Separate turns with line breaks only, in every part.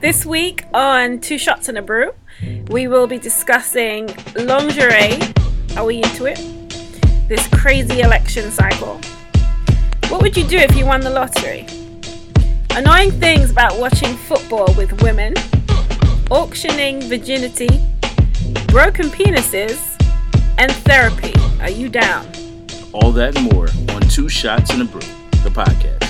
This week on Two Shots and a Brew, we will be discussing lingerie. Are we into it? This crazy election cycle. What would you do if you won the lottery? Annoying things about watching football with women, auctioning virginity, broken penises, and therapy. Are you down?
All that and more on Two Shots and a Brew, the podcast.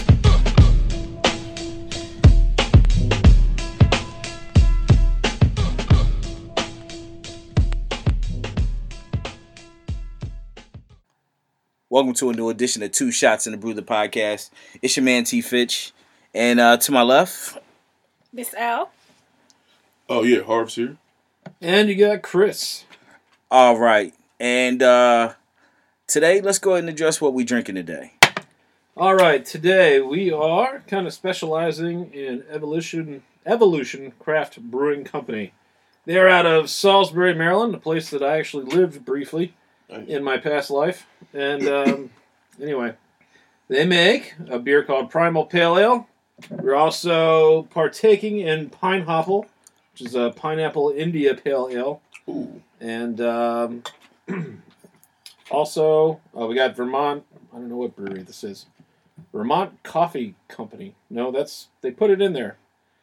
Welcome to a new edition of Two Shots and a Brew, the podcast. It's your man T Fitch, and uh, to my left,
Miss L.
Oh yeah, Harv's here.
And you got Chris.
all right. And uh, today, let's go ahead and address what we drinking today.
All right, today we are kind of specializing in Evolution Evolution Craft Brewing Company. They're out of Salisbury, Maryland, a place that I actually lived briefly in my past life. And um, anyway, they make a beer called Primal Pale Ale. We're also partaking in Pine Hopple, which is a pineapple India Pale Ale.
Ooh,
And um, also, uh, we got Vermont. I don't know what brewery this is. Vermont Coffee Company. No, that's they put it in there.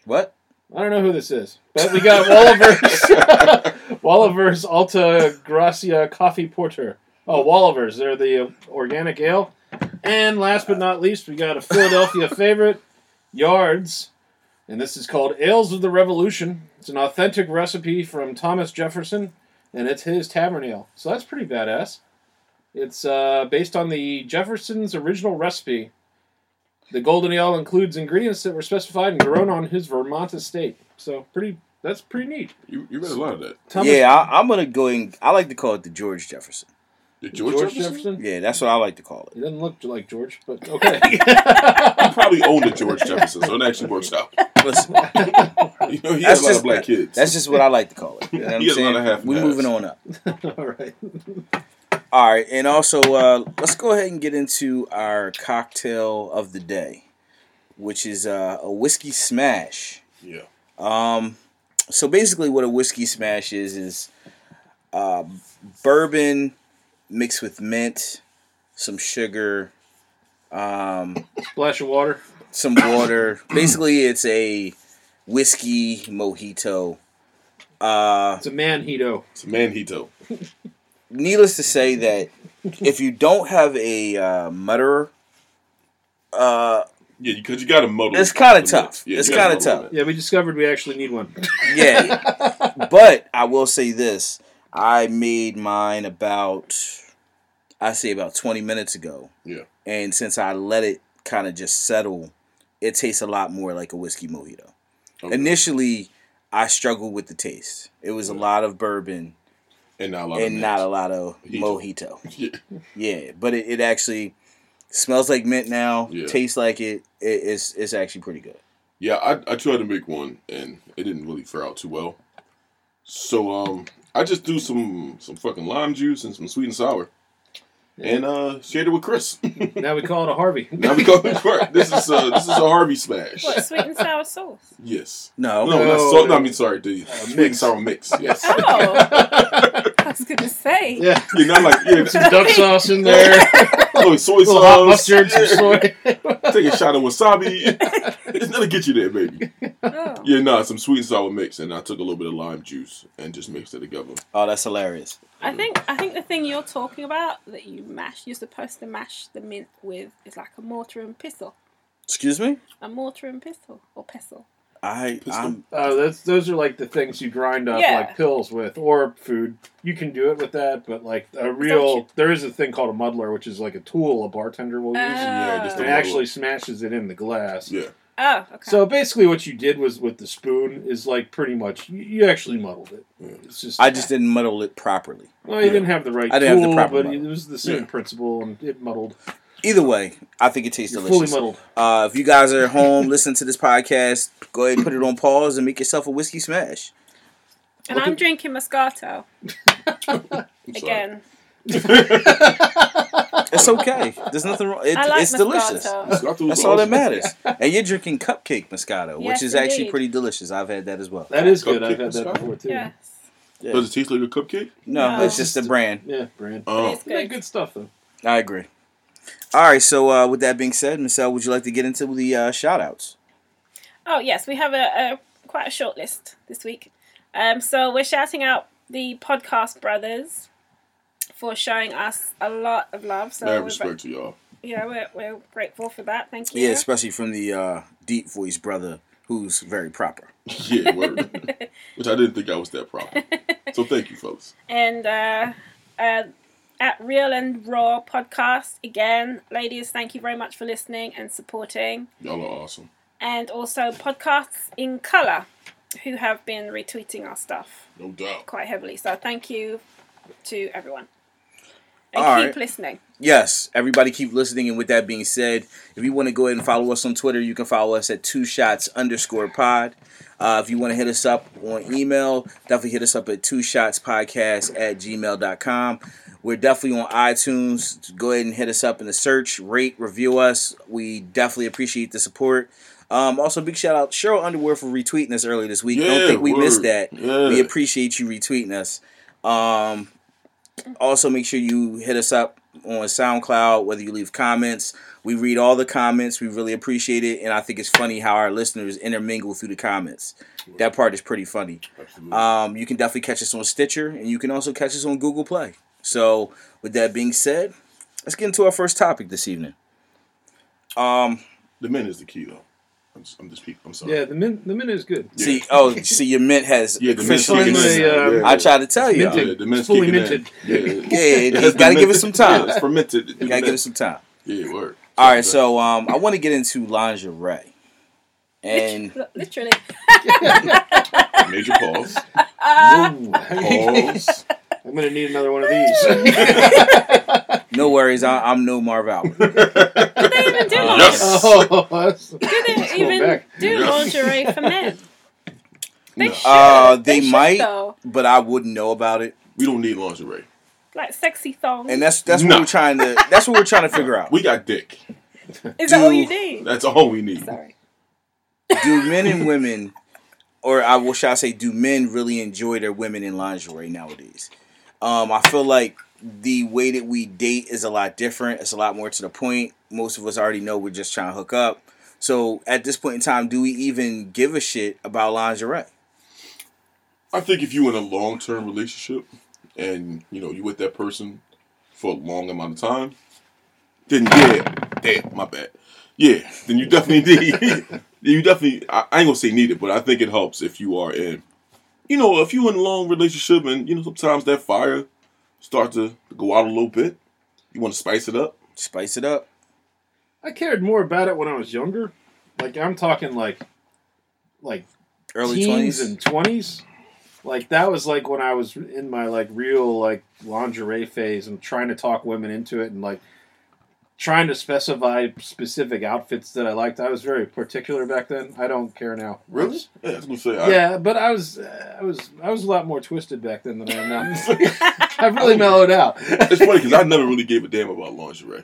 What?
I don't know who this is, but we got Wallivers, Wallivers Alta Gracia Coffee Porter. Oh, Wallivers, they're the uh, organic ale. And last but not least, we got a Philadelphia favorite, Yards, and this is called Ales of the Revolution. It's an authentic recipe from Thomas Jefferson, and it's his tavern ale. So that's pretty badass. It's uh, based on the Jefferson's original recipe. The golden ale includes ingredients that were specified and grown on his Vermont estate. So pretty. That's pretty neat.
you you read a lot of that.
Thomas
Yeah, I, I'm gonna go and I like to call it the George Jefferson.
Did
George,
George,
Jefferson?
Jefferson?
Yeah, that's what I like to call it.
He doesn't look like George, but okay.
He probably owned the George Jefferson, so it actually works out.
Listen,
You know, he had
That's
a lot
just-
of black kids.
that's just what I like to call it. You know what I'm
He has a lot
saying?
of half
We're
nods.
moving on up.
All right.
All right, and also uh, let's go ahead and get into our cocktail of the day, which is uh, a whiskey smash.
yeah.
Um, so basically, what a whiskey smash is is uh, bourbon mixed with mint, some sugar, um,
Splash of water.
some water. basically, it's a whiskey mojito. Uh,
It's a manhito.
It's Manhito.
needless to say that if you don't have a uh, mutterer, uh,
Yeah, because you got to muddle.
It's kinda
a little bit.
tough. It's
you gotta
kinda
muddle
tough.
it.
Yeah, we discovered we actually need one.
yeah. but I will say this: I made mine about, I say about twenty minutes ago.
Yeah.
And since I let it kind of just settle, it tastes a lot more like a whiskey mojito.
Okay.
Initially, I struggled with the taste. It was a lot of bourbon
And not a lot. of
and not a
names.
lot of
Mojito.
mojito.
Yeah.
Yeah, but it, it actually smells like mint now.
Yeah.
Tastes like it. it. It's it's actually pretty good.
Yeah, I, I tried to make one and it didn't really fare out too well. So um, I just threw some some fucking lime juice and some sweet and sour, and uh, shared it with Chris.
Now we call it a Harvey.
now we go. This is uh, this is a Harvey smash.
What, sweet and sour sauce?
Yes.
No,
No,
No,
not salt.
no.
No, I mean, sorry, the sweet and sour mix. Yes.
Oh, I was going to say.
Yeah.
You're not like yeah,
Some duck sauce in there.
oh, soy
a little hot
sauce.
mustard, some soy.
Take a shot of wasabi. it's gonna get you there, baby.
Oh.
Yeah, no, some sweet and sour mix, and I took a little bit of lime juice and just mixed it together.
Oh, that's hilarious.
I think I think the thing you're talking about that you mash you're supposed to mash the mint with is like a mortar and pestle.
Excuse me.
A mortar and pestle or pestle.
I
Pistol.
I'm,
Uh, that's, those are like the things you grind up
Yeah.
like pills with or food. You can do it with that, but like a
you-
real, there is a thing called a muddler, which is like a tool a bartender will use.
Uh,
Yeah, just a
and it
little-
actually smashes it in the glass.
Yeah,
Oh, okay.
So basically, what you did was with the spoon is like pretty much you, you actually muddled it.
Yeah.
It's just
I just didn't muddle it properly.
well, you
yeah.
didn't have the right
I
tool,
didn't have the proper
but
muddle.
it was the same
Yeah.
principle, and it muddled.
Either way, I think it tastes
You're fully
delicious.
muddled.
Uh, if you guys are at home, listen to this podcast. Go ahead and put it on pause and make yourself a whiskey smash.
and I'm
looking-
drinking Moscato
I'm sorry.
again.
It's okay. There's nothing wrong. It,
I like
it's delicious.
Moscato.
Scotto's
That's all that
awesome.
matters. And you're drinking cupcake Moscato,
Yes,
which is actually
indeed.
pretty delicious. I've had that as well.
That is good. I've
Cupcake
had that
Moscato?
before too. Yeah,
Yes.
Yeah.
Does it taste like a cupcake?
No,
No.
it's just a brand.
brand.
Oh,
It's
They make
good.
good stuff though.
I agree. All right. So uh, with that being said, Michelle, would you like to get into the uh, shout outs?
Oh yes, we have a, a quite a short list this week. Um, so we're shouting out the podcast brothers for showing us a lot of love. So
mad
we're,
respect to y'all.
yeah, we're, we're grateful for that. Thank you.
Yeah, especially from the uh, deep voice brother who's very proper.
Yeah, word. Which I didn't think I was that proper. So thank you, folks.
and uh, uh, at Real and Raw podcast again, ladies. Thank you very much for listening and supporting,
Y'all are awesome.
and also podcasts in color, who have been retweeting our stuff
No doubt.
quite heavily. So thank you to everyone, and
All
keep
right.
listening.
Yes, everybody keep listening. And with that being said, if you want to go ahead and follow us on Twitter, you can follow us at two shots underscore pod. Uh, if you want to hit us up on email, definitely hit us up at two shots podcast at gmail.com. We're definitely on iTunes. Go ahead and hit us up in the search, rate, review us. We definitely appreciate the support. Um, also, big shout out Cheryl Underwood for retweeting us earlier this week.
Yeah,
Don't think we missed
word.
that.
Yeah.
We appreciate you retweeting us. Um, also, make sure you hit us up on SoundCloud, whether you leave comments. We read all the comments. We really appreciate it. And I think it's funny how our listeners intermingle through the comments. That part is pretty funny.
Absolutely.
Um, you can definitely catch us on Stitcher, and you can also catch us on Google Play. So, with that being said, let's get into our first topic this evening. Um,
the men is the key, though. I'm just, I'm just peep. I'm sorry.
Yeah, the mint the mint is good.
Yeah.
see, oh, see, your mint has
Yeah, the men's
officially-
kicking in.
Finally, uh,
yeah.
I tried to tell you.
Minted.
Yeah,
Yeah, the men's
Fully
kicking in.
minted.
Yeah,
you gotta give it some time.
Yeah, it's fermented.
You gotta give it some time.
Yeah, word.
All right, so um, I want to get into lingerie, and
Lit- Literally,
major pause.
Ooh.
Pause.
I'm gonna need another one of these.
no worries, I, I'm no Marv Albert.
But they even do lingerie.
Uh, yes.
oh, that's-
Do
Let's
they
go
even
back.
do
Yeah.
lingerie for men? They
No,
should.
Uh, they
should,
might.
though.
but I wouldn't know about it,
we don't need lingerie.
Like sexy thongs.
and that's that's
No.
what we're trying to that's what we're trying to figure out.
We got dick.
Is that all you
do-
need?
That's all we need.
Sorry.
Do men and women, or I will shall I say, do men really enjoy their women in lingerie nowadays? Um, I feel like the way that we date is a lot different. It's a lot more to the point. Most of us already know we're just trying to hook up. So at this point in time, do we even give a shit about lingerie?
I think if you in a long term relationship and you know you with that person for a long amount of time, then yeah, damn, my bad. Yeah, then you definitely need. you definitely. I, I ain't gonna say needed, but I think it helps if you are in. You know, if you in a long relationship and you know sometimes that fire start to go out a little bit, you want to spice it up.
Spice it up.
I cared more about it when I was younger. Like I'm talking like like
Early
teens
twenties.
and twenties. Like that was like when I was in my like real like lingerie phase and trying to talk women into it and like trying to specify specific outfits that I liked. I was very particular back then. I don't care now.
Yeah, I was gonna say. I,
Yeah, but I was uh, I was I was a lot more twisted back then than I am now. I've really mellowed out.
It's funny because I never really gave a damn about lingerie.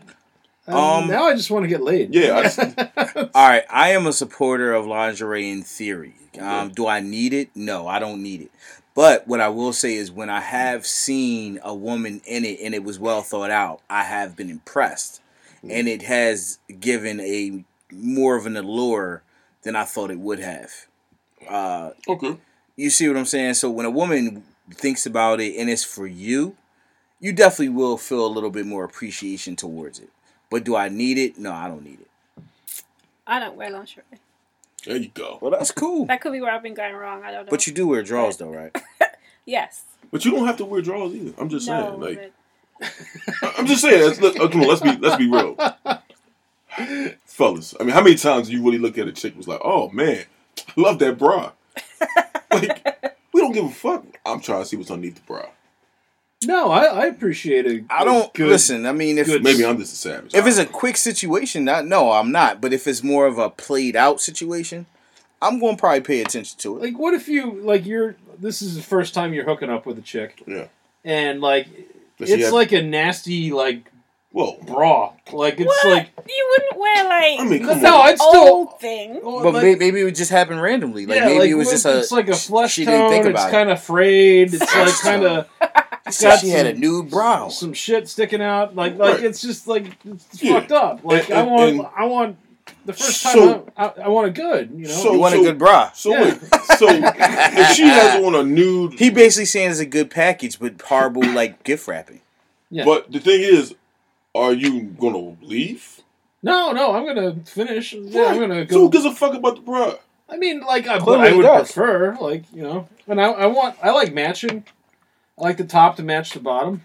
Um,
Um,
now I just want to get laid.
Yeah, I just,
All right, I am a supporter of lingerie in theory. Um, do I need it? No, I don't need it. But what I will say is, when I have seen a woman in it and it was well thought out, I have been impressed, and it has given a more of an allure than I thought it would have. Uh,
okay.
you see what I'm saying? So when a woman thinks about it and it's for you, you definitely will feel a little bit more appreciation towards it. But do I need it? No, I don't need it.
I don't wear lingerie.
There you go.
Well, that's cool.
That could be where I've been going wrong. I don't know.
But you do wear drawers though, right?
yes.
But you don't have to wear drawers either. I'm just
No,
saying, like,
but-
I'm just saying. Let's, let, oh, come on, let's be let's be real, fellas. I mean, how many times do you really look at a chick and was like, "Oh man, I love that bra." like, we don't give a fuck. I'm trying to see what's underneath the bra.
No, I, I appreciate it.
I don't listen. I mean, if
good-
Maybe I'm just a savage.
if it's a quick situation, not no, I'm not. But if it's more of a played out situation, I'm going to probably pay attention to it.
Like, what if you like you're this is the first time you're hooking up with a chick
yeah,
and like
Does she
it's
have-
like a nasty like
Whoa.
bra. Like it's
What?
like
you wouldn't wear like
I mean, come
no,
on.
I'd still.
old thing.
Oh,
But
like-
may- maybe it just happened randomly. Like
yeah,
maybe it was
what-
just a.
It's like a flesh
she didn't
tone.
think
it's
about it.
kind of frayed. It's like
Flesh
kind of
She
got
said she had a
some-
nude brow.
some shit sticking out. Like like
Right.
it's just like it's
Yeah.
fucked up. Like
And-
I want
and-
I want the first time
So-
I, I, I want it good. You know.
So-
You want a good bra.
So
Yeah.
wait, so if she has on a nude,
He basically saying it's a good package, but horrible like gift wrapping.
Yeah.
but the thing is, are you gonna leave?
no no I'm gonna finish. Yeah, I'm gonna
So
go.
who gives a fuck about the bra?
I mean like I,
Clearly
I
it
would
does.
prefer like you know and I I want I like matching. I like the top to match the bottom,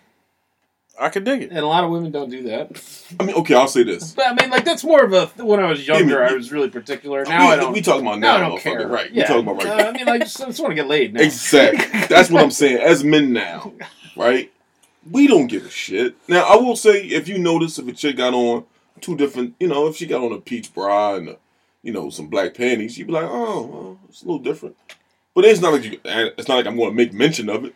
I can dig it.
and a lot of women don't do that.
I mean, okay, I'll say this.
But I mean, like that's more of a when I was
Yeah,
younger,
I mean,
I was really particular. Now
we,
I don't.
we talking about now,
now I don't
motherfucker,
care.
right?
Yeah.
We talking about right.
Uh, I mean, like just, I just want to get laid now.
Exactly. That's what I'm saying. As men now, right? We don't give a shit. Now, I will say, if you notice, if a chick got on two different, you know, if she got on a peach bra and, uh you know, some black panties, you'd be like, oh, well, it's a little different. But it's not like you. It's not like I'm going to make mention of it.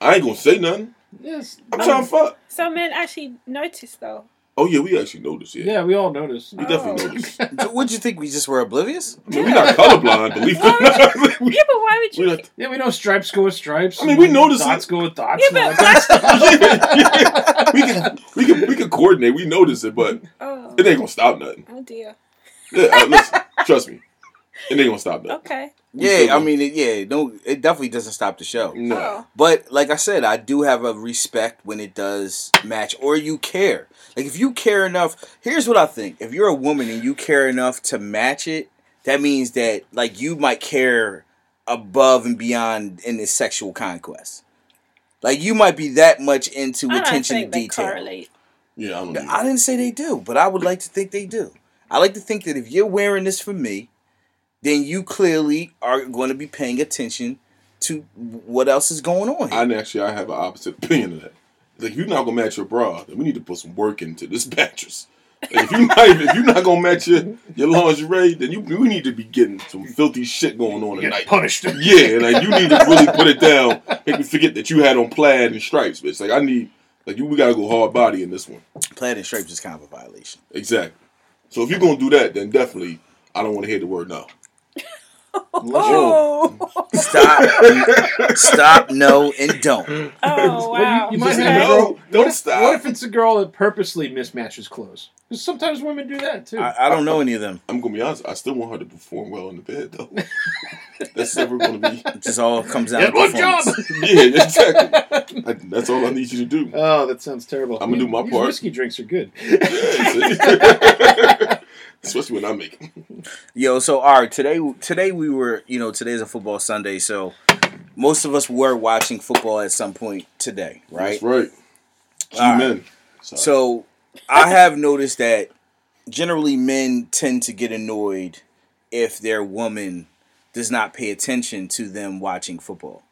I ain't gonna say nothing.
Yes.
I'm trying to fuck.
So men actually notice though.
Oh yeah, we actually noticed. Yeah,
Yeah, we all notice.
we
Oh.
definitely noticed. I
So What'd you think? We just were oblivious?
mean, we're not colorblind, believe it.
Yeah, but why would
we
you?
not
Yeah, we know stripes go with stripes.
I mean, we
and
notice
dots
it.
go with dots.
yeah,
and all
but
that.
why?
we can we can we can coordinate. We notice it, but
Oh,
it ain't gonna stop nothing.
oh dear.
Yeah, uh, listen, trust me, it ain't gonna stop nothing.
Okay.
Yeah, I mean, it, yeah, no, it definitely doesn't stop the show.
No.
Oh.
But like I said, I do have a respect when it does match, or you care. Like if you care enough, here's what I think: if you're a woman and you care enough to match it, that means that like you might care above and beyond in this sexual conquest. Like you might be that much into
I don't
attention
think
to
they
detail.
correlate.
Yeah, I don't.
I didn't say they do, but I would like to think they do. I like to think that if you're wearing this for me, then you clearly are going to be paying attention to what else is going on. Here.
I actually I have an opposite opinion of that. Like, if you're not gonna match your bra, then we need to put some work into this mattress. Like, if you not if you're not gonna match your, your lingerie, then you we need to be getting some filthy shit going on
Get
tonight.
punished.
Yeah, like you need to really put it down. Make me forget that you had on plaid and stripes, bitch. Like I need, like you, we gotta go hard body in this one.
Plaid and stripes is kind of a violation.
Exactly. So if you're gonna do that, then definitely I don't want to hear the word no.
Oh.
Stop, stop, no, and don't.
Oh wow.
Well, you, you might
Just
have a
no,
girl.
don't
what if,
stop.
What if it's a girl that purposely mismatches clothes? Because sometimes women do that too.
I, I don't know any of them.
I'm gonna be honest. I still want her to perform well in the bed, though. that's never gonna be.
It just all comes down
Get
to
one
performance.
job.
Yeah, exactly. I, that's all I need you to do.
Oh, that sounds terrible.
I'ma do my
These
part.
Whiskey drinks are good.
Yeah, see? Especially when I make it.
Yo, so all right, today today we were, you know, today's a football Sunday, so most of us were watching football at some point today, right?
That's right.
All right.
Amen. Sorry.
So I have noticed that generally men tend to get annoyed if their woman does not pay attention to them watching football.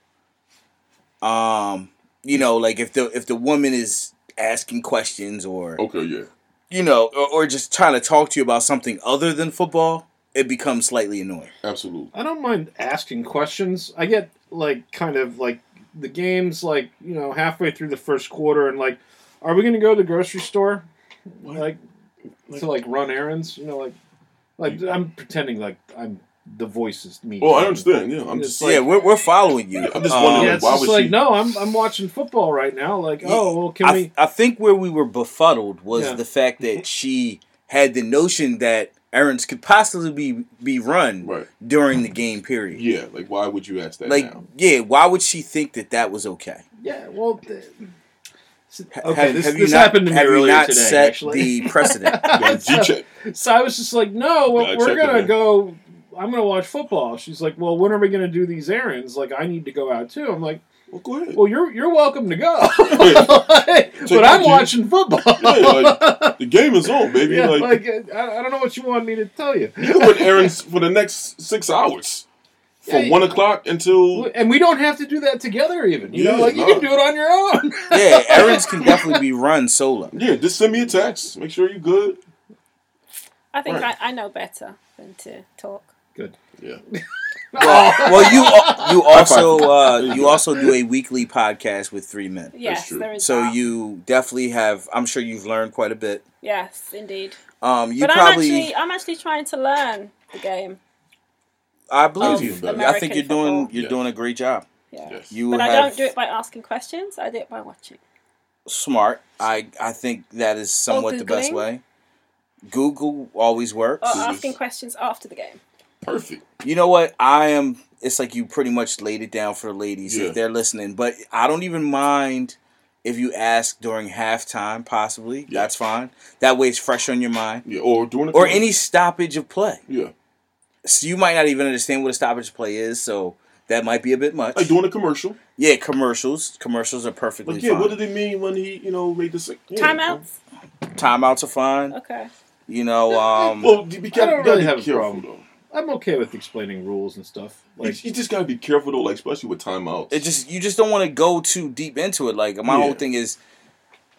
Um, you know, like if the if the woman is asking questions or
okay, yeah,
you know, or, or just trying to talk to you about something other than football, it becomes slightly annoying.
absolutely.
I don't mind asking questions. I get like kind of like the game's like you know halfway through the first quarter and like, are we going to go to the grocery store? Like to like run errands, you know, like like I'm pretending like I'm the voice is me.
Well, I understand. Yeah, I'm
It's
just
like-
yeah, Um, we're, we're following you.
I'm just wondering
Yeah, it's
why
just
would
like
she-
no, I'm I'm watching football right now. Like oh well, can
I,
we?
I think where we were befuddled was
Yeah.
the fact
Mm-hmm.
that she had the notion that errands could possibly be be run
right.
during the game period.
Yeah, like why would you ask that
Like,
now?
yeah, why would she think that that was okay?
Yeah, well. th-
Ha-
Okay, this,
you
this
not-
happened to me
have you
earlier
not
today.
set
actually,
the precedent.
Like, G check.
So I was just like, no, well,
Gotta
we're
check
gonna
it out.
go. I'm gonna watch football. She's like, well, when are we gonna do these errands? Like, I need to go out too. I'm like,
Well, go ahead.
well, you're you're welcome to go, but I'm
you.
watching football.
Yeah, like, the game is on, baby.
Yeah,
like,
like, I, I don't know what you want me to tell you.
you can run errands for the next six hours, from
Yeah,
one o'clock until
And we don't have to do that together, even. You know,
Yeah,
like you
no.
can do it on your own.
yeah, errands can definitely be run solo.
yeah. Just send me a text. Make sure you're good.
I think
Right.
I, I know better than to talk.
Good.
Yeah.
Well, well you al- you
High five.
also uh,
There you
you
go.
also do a weekly podcast with three men.
Yes,
true.
there is.
So
that.
you definitely have. I'm sure you've learned quite a bit.
Yes, indeed.
Um, you
but
probably.
I'm actually, I'm actually trying to learn the game.
I believe
of
you. I
American
think you're doing.
football.
You're
Yes.
doing a great job.
Yeah.
Yes.
You
But I
have
don't do it by asking questions. I do it by watching.
smart. I I think that is somewhat the best
Oh, Googling. Uh,
way. Google always works.
Or
Yes.
asking questions after the game.
Perfect.
You know what? I am. It's like you pretty much laid it down for the ladies
Yeah.
if they're listening. But I don't even mind if you ask during halftime. Possibly
Yeah.
that's fine. That way it's fresh on your mind.
Yeah. Or doing it
Or any stoppage of play.
Yeah.
So you might not even understand what a stoppage of play is. So that might be a bit much.
Like doing a commercial.
Yeah, commercials. Commercials are perfectly
Like yeah,
fine.
what did it mean when he you know made this? Yeah.
Timeouts?
Timeouts are fine.
Okay.
You know, um,
Well, you be careful. You
I don't
gotta
really
be
have a
careful
problem.
though.
I'm okay with explaining rules and stuff.
Like,
Like,
you just gotta be careful though, like especially with timeouts.
it just you just don't want to go too deep into it. Like my
Yeah.
whole thing is,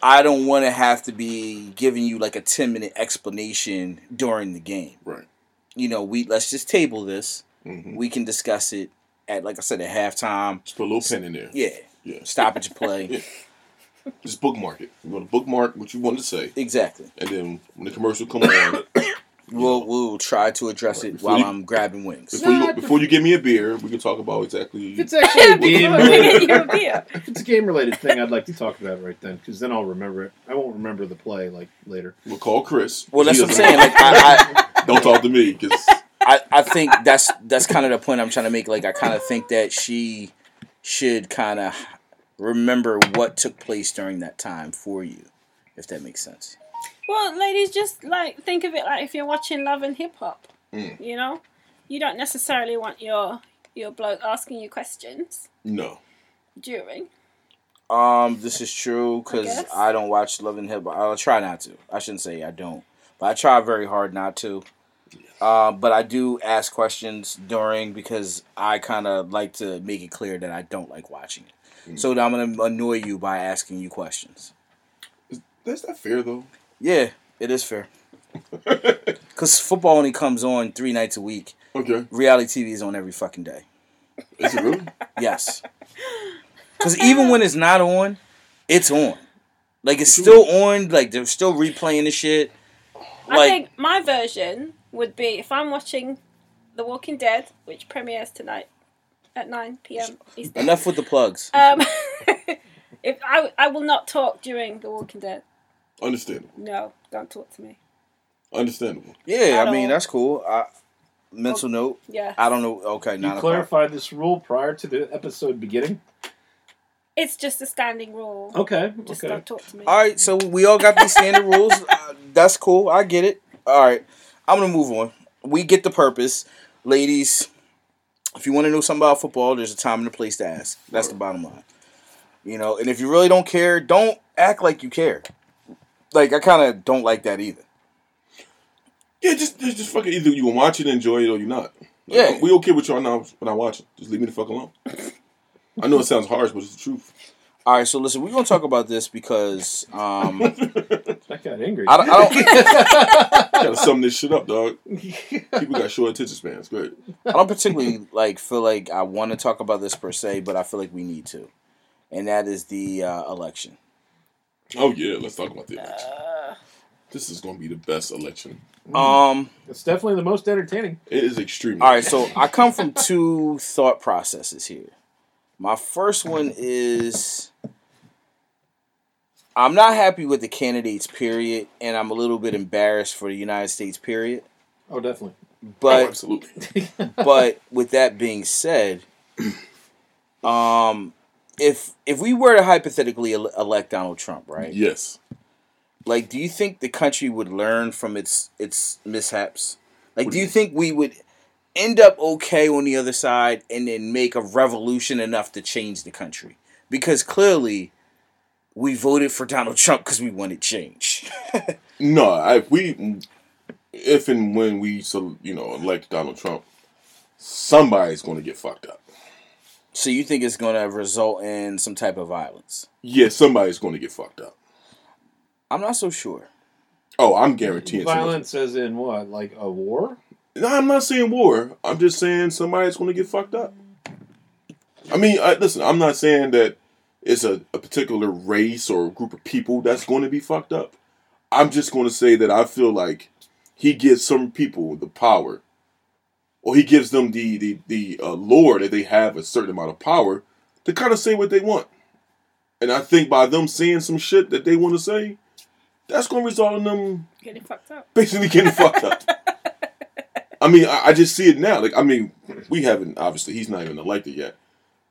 I don't want to have to be giving you like a ten minute explanation during the game.
right.
You know, we let's just table this.
Mm-hmm.
We can discuss it at like I said at halftime.
Just put a little pen in there.
Yeah,
Yeah.
stoppage of play.
Yeah. Just bookmark it. You want to bookmark what you want to say,
Exactly.
and then when the commercial come on,
We'll we'll try to address
Right,
it
before
while
you-
I'm grabbing wings.
before
No,
you
I-
before you give me a beer, we can talk about exactly.
if it's actually a game, related,
You're a beer.
if it's a game related thing, I'd like to talk about it right then because then I'll remember it. I won't remember the play like later.
We'll call Chris.
Well, that's
He
what I'm
doesn't-
saying. Like I, I,
Don't talk to me because
I, I think that's that's kind of the point I'm trying to make. Like I kind of think that she should kind of remember what took place during that time for you, if that makes sense.
Well, ladies, just like think of it like if you're watching Love and Hip Hop,
Mm.
you know, you don't necessarily want your your bloke asking you questions
no,
during.
Um, this is true
I
because
guess.
I, don't watch Love and Hip. Hop. I try not to. I shouldn't say I don't, but I try very hard not to. Uh, but I do ask questions during because I kind of like to make it clear that I don't like watching it.
Mm.
So I'm gonna annoy you by asking you questions.
that's not fair though.
Yeah, it is fair. Because football only comes on three nights a week.
Okay,
Reality TV is on every fucking day.
is it really?
Yes. Because even when it's not on, it's on. Like, it's
Sure.
still on. Like, they're still replaying the shit.
I
Like-
think my version would be if I'm watching The Walking Dead, which premieres tonight at 9 p.m. Eastern.
Enough with the plugs.
Um, if I, I will not talk during The Walking Dead.
Understandable.
No, don't talk to me.
Understandable.
Yeah, I
I
mean,
don't- Oh.
that's cool. I, mental note.
Yeah.
I don't know. Okay,
You
not a problem.
clarified this rule prior to the episode beginning.
It's just a standing rule.
Okay.
Just
Okay.
don't talk to me.
All right, so we all got these standard rules. Uh, that's cool. I get it. All right, I'm gonna move on. We get the purpose, ladies. If you want to know something about football, there's a time and a place to ask. That's the bottom line. You know, and if you really don't care, don't act like you care. Like I kind of don't like that either.
Yeah, just just, just fucking either you gonna watch it, enjoy it, or you're not. Like,
Yeah.
we okay with y'all now when I watch it. Just leave me the fuck alone. I know it sounds harsh, but it's the truth.
All right, so listen, we're gonna talk about this because um, I,
That got angry.
don't, I don't
gotta sum this shit up, dog. People got short attention spans. Good.
I don't particularly like feel like I want to talk about this per se, but I feel like we need to, and that is the uh, election.
Oh yeah, let's talk about the election. This is gonna be the best election.
Um.
it's definitely the most entertaining.
It is extremely.
All right, so I come from two thought processes here. My first one is I'm not happy with the candidates, period, and I'm a little bit embarrassed for the United States, period.
Oh, definitely.
Oh,
But
absolutely.
but with that being said, um, if if we were to hypothetically el- elect Donald Trump, right?
Yes.
Like, do you think the country would learn from its its mishaps? Like,
What
do
do
you
you
think we would end up okay on the other side and then make a revolution enough to change the country? Because clearly, we voted for Donald Trump because we wanted change.
No, I, if we, if and when we, so you know, elect Donald Trump, somebody's gonna get fucked up.
so you think it's going to result in some type of violence?
Yeah, somebody's gonna get fucked up.
I'm not so sure.
Oh, I'm guaranteeing. somebody-
Violence as in what? Like a war?
No, I'm not saying war. I'm just saying somebody's going to get fucked up. I mean, I, listen, I'm not saying that it's a, a particular race or group of people that's going to be fucked up. I'm just going to say that I feel like he gives some people the power, or he gives them the the the uh, lore that they have a certain amount of power to kind of say what they want. And I think by them saying some shit that they want to say, that's going to result in them
Getting fucked up.
basically getting fucked up. I mean, I, I just see it now. Like, I mean, we haven't obviously. He's not even elected yet,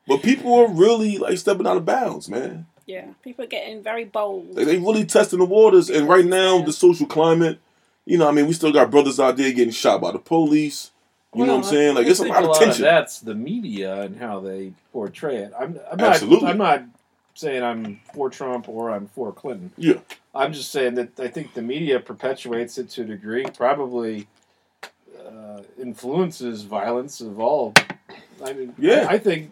but people are really like stepping out of bounds, man.
Yeah, people are getting very bold.
Like, they really testing the waters, and right now the social climate. You know, I mean, we still got brothers out there getting shot by the police. You know what I'm saying? Like,
I
it's a
think
lot of tension.
that's the media and how they portray it. I'm, I'm not.
Absolutely.
I'm not saying I'm for Trump or I'm for Clinton.
Yeah.
I'm just saying that I think the media perpetuates it to a degree. Probably uh, influences violence of all. I mean,
Yeah.
I think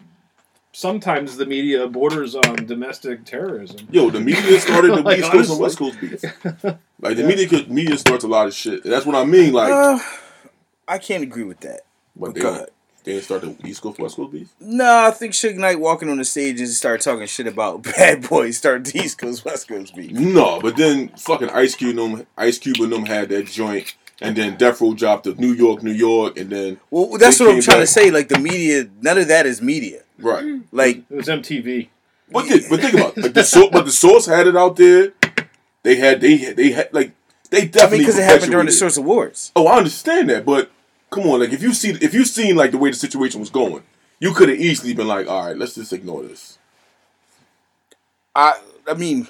sometimes the media borders on domestic terrorism.
Yo, the media started the
Like,
East Coast and
honestly.
West Coast beef. Like, the media could, media starts a lot of shit. And that's what I mean. Like,
Uh, I can't agree with that.
but they,
God.
don't- they didn't start the East Coast West Coast beef.
No, I think Suge Knight walking on the stage and start talking shit about bad boys, start East Coast, West Coast beat.
No, but then fucking Ice Cube and them, Ice Cube and them had that joint, and then Death Row dropped the New York, New York, and then
Well, that's
They
what I'm
came
trying to
back.
say. Like the media, none of that is media.
right.
Like
It was MTV.
But thi- but think about it. Like the so, but the source had it out there. They had they had, they had like they
I mean,
definitely
because it happened during the
perpetuated
Source Awards.
Oh, I understand that, but come on, like if you see if you seen like the way the situation was going, you could have easily been like, all right, let's just ignore this.
I, I mean,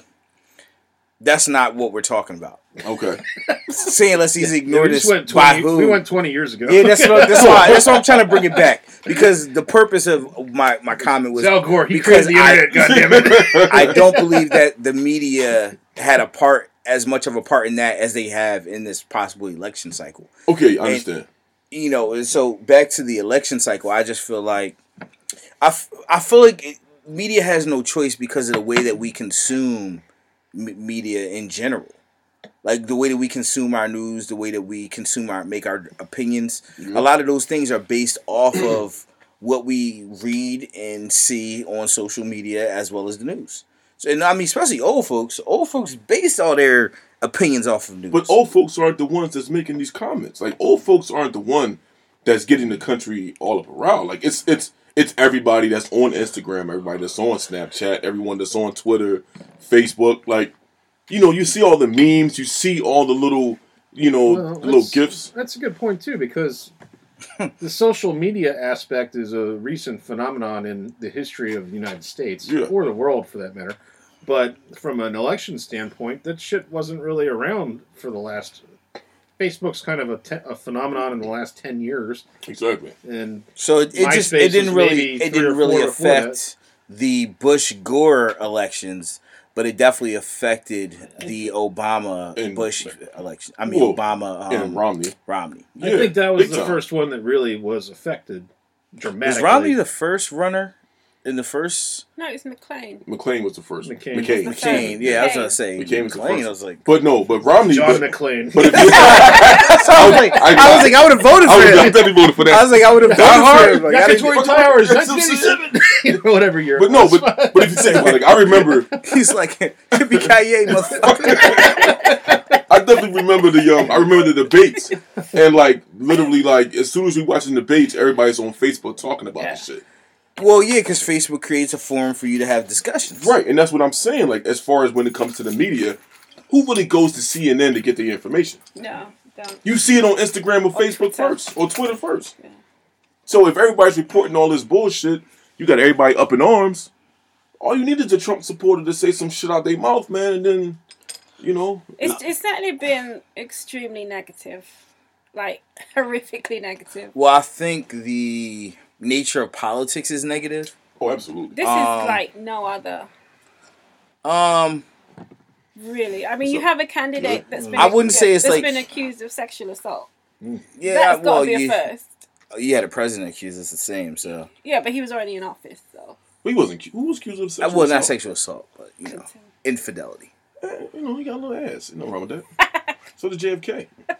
that's not what we're talking about.
Okay,
Saying let's easily
Yeah,
ignore
we,
this
just went
by
20,
who?
we went 20 years ago.
Yeah, that's what, that's why that's why I'm trying to bring it back because the purpose of my my comment was
Al Gore. He
because
created the internet. goddamn it.
I, I don't believe that the media had a part as much of a part in that as they have in this possible election cycle.
okay, I understand.
You know, and so back to the election cycle, I just feel like I, f- I feel like it, media has no choice because of the way that we consume m- media in general. Like the way that we consume our news, the way that we consume our make our opinions, a lot of those things are based off of what we read and see on social media as well as the news. So, and I mean, especially old folks. Old folks base all their opinions off of news.
But old folks aren't the ones that's making these comments. Like old folks aren't the one that's getting the country all up around. Like it's it's it's everybody that's on Instagram, everybody that's on Snapchat, everyone that's on Twitter, Facebook. Like you know, you see all the memes, you see all the little you know
Well,
little
that's-
gifs.
That's a good point too, because the social media aspect is a recent phenomenon in the history of the United States
Yeah.
or the world, for that matter. But from an election standpoint, that shit wasn't really around for the last. Facebook's kind of a, te- a phenomenon in the last ten years,
Exactly.
and
So it, it just
MySpace
it didn't
was
really
maybe
it
three or
didn't really
four before that.
affect the Bush Gore elections, but it definitely affected the Obama
And-
Bush election. I mean
Well,
Obama um,
and Romney.
Romney.
I think that was
big
the
time.
first one that really was affected
Was
dramatically.
Romney the first runner in the first
No, it's McLean.
McLean was the first.
McCain.
McCain. McCain.
McCain.
McCain? Yeah, I was gonna say
McCain was the
McClain.
first.
I was like,
But no, but Romney.
John
but,
McClain?
but if you,
so I was like, I,
I-
was like, I would have voted
I,
for
was, I
him.
definitely voted for that.
I was like, I would have voted for him. Like, I
Back in
didn't-
Tory
but-
Towers,
but-
1987, you know, whatever year.
but
it
no,
was.
but but if you think about it, like, I remember
he's like, yippee ki motherfucker.
I definitely remember the um, I remember the debates, and like literally, like as soon as we watching debates, everybody's on Facebook talking about this shit,
Well, yeah, because Facebook creates a forum for you to have discussions.
right? And that's what I'm saying. Like as far as when it comes to the media, who really goes to CNN to get the information?
No, don't.
You see it on Instagram or Facebook
Twitter.
first, or Twitter first.
Yeah.
So if everybody's reporting all this bullshit, you got everybody up in arms. All you need is a Trump supporter to say some shit out their mouth, man, and then, you know,
It's, it's certainly been extremely negative, like horrifically negative.
Well, I think the nature of politics is negative.
oh, absolutely.
This
Um,
is like no other,
Um,
really. I mean, you
So-
have a candidate that's been.
I wouldn't
accused-
say it's
that's
like-
been accused of sexual assault.
yeah,
That's got
well,
to be a
you,
first.
you had a president accused us the same, so
Yeah, but he was already in office, so.
But he wasn't. Who was accused of
I
sexual?
well, not
assault?
sexual assault, but you know, infidelity.
Eh, You know, he got a little ass. Ain't nothing wrong with that. so did JFK.
I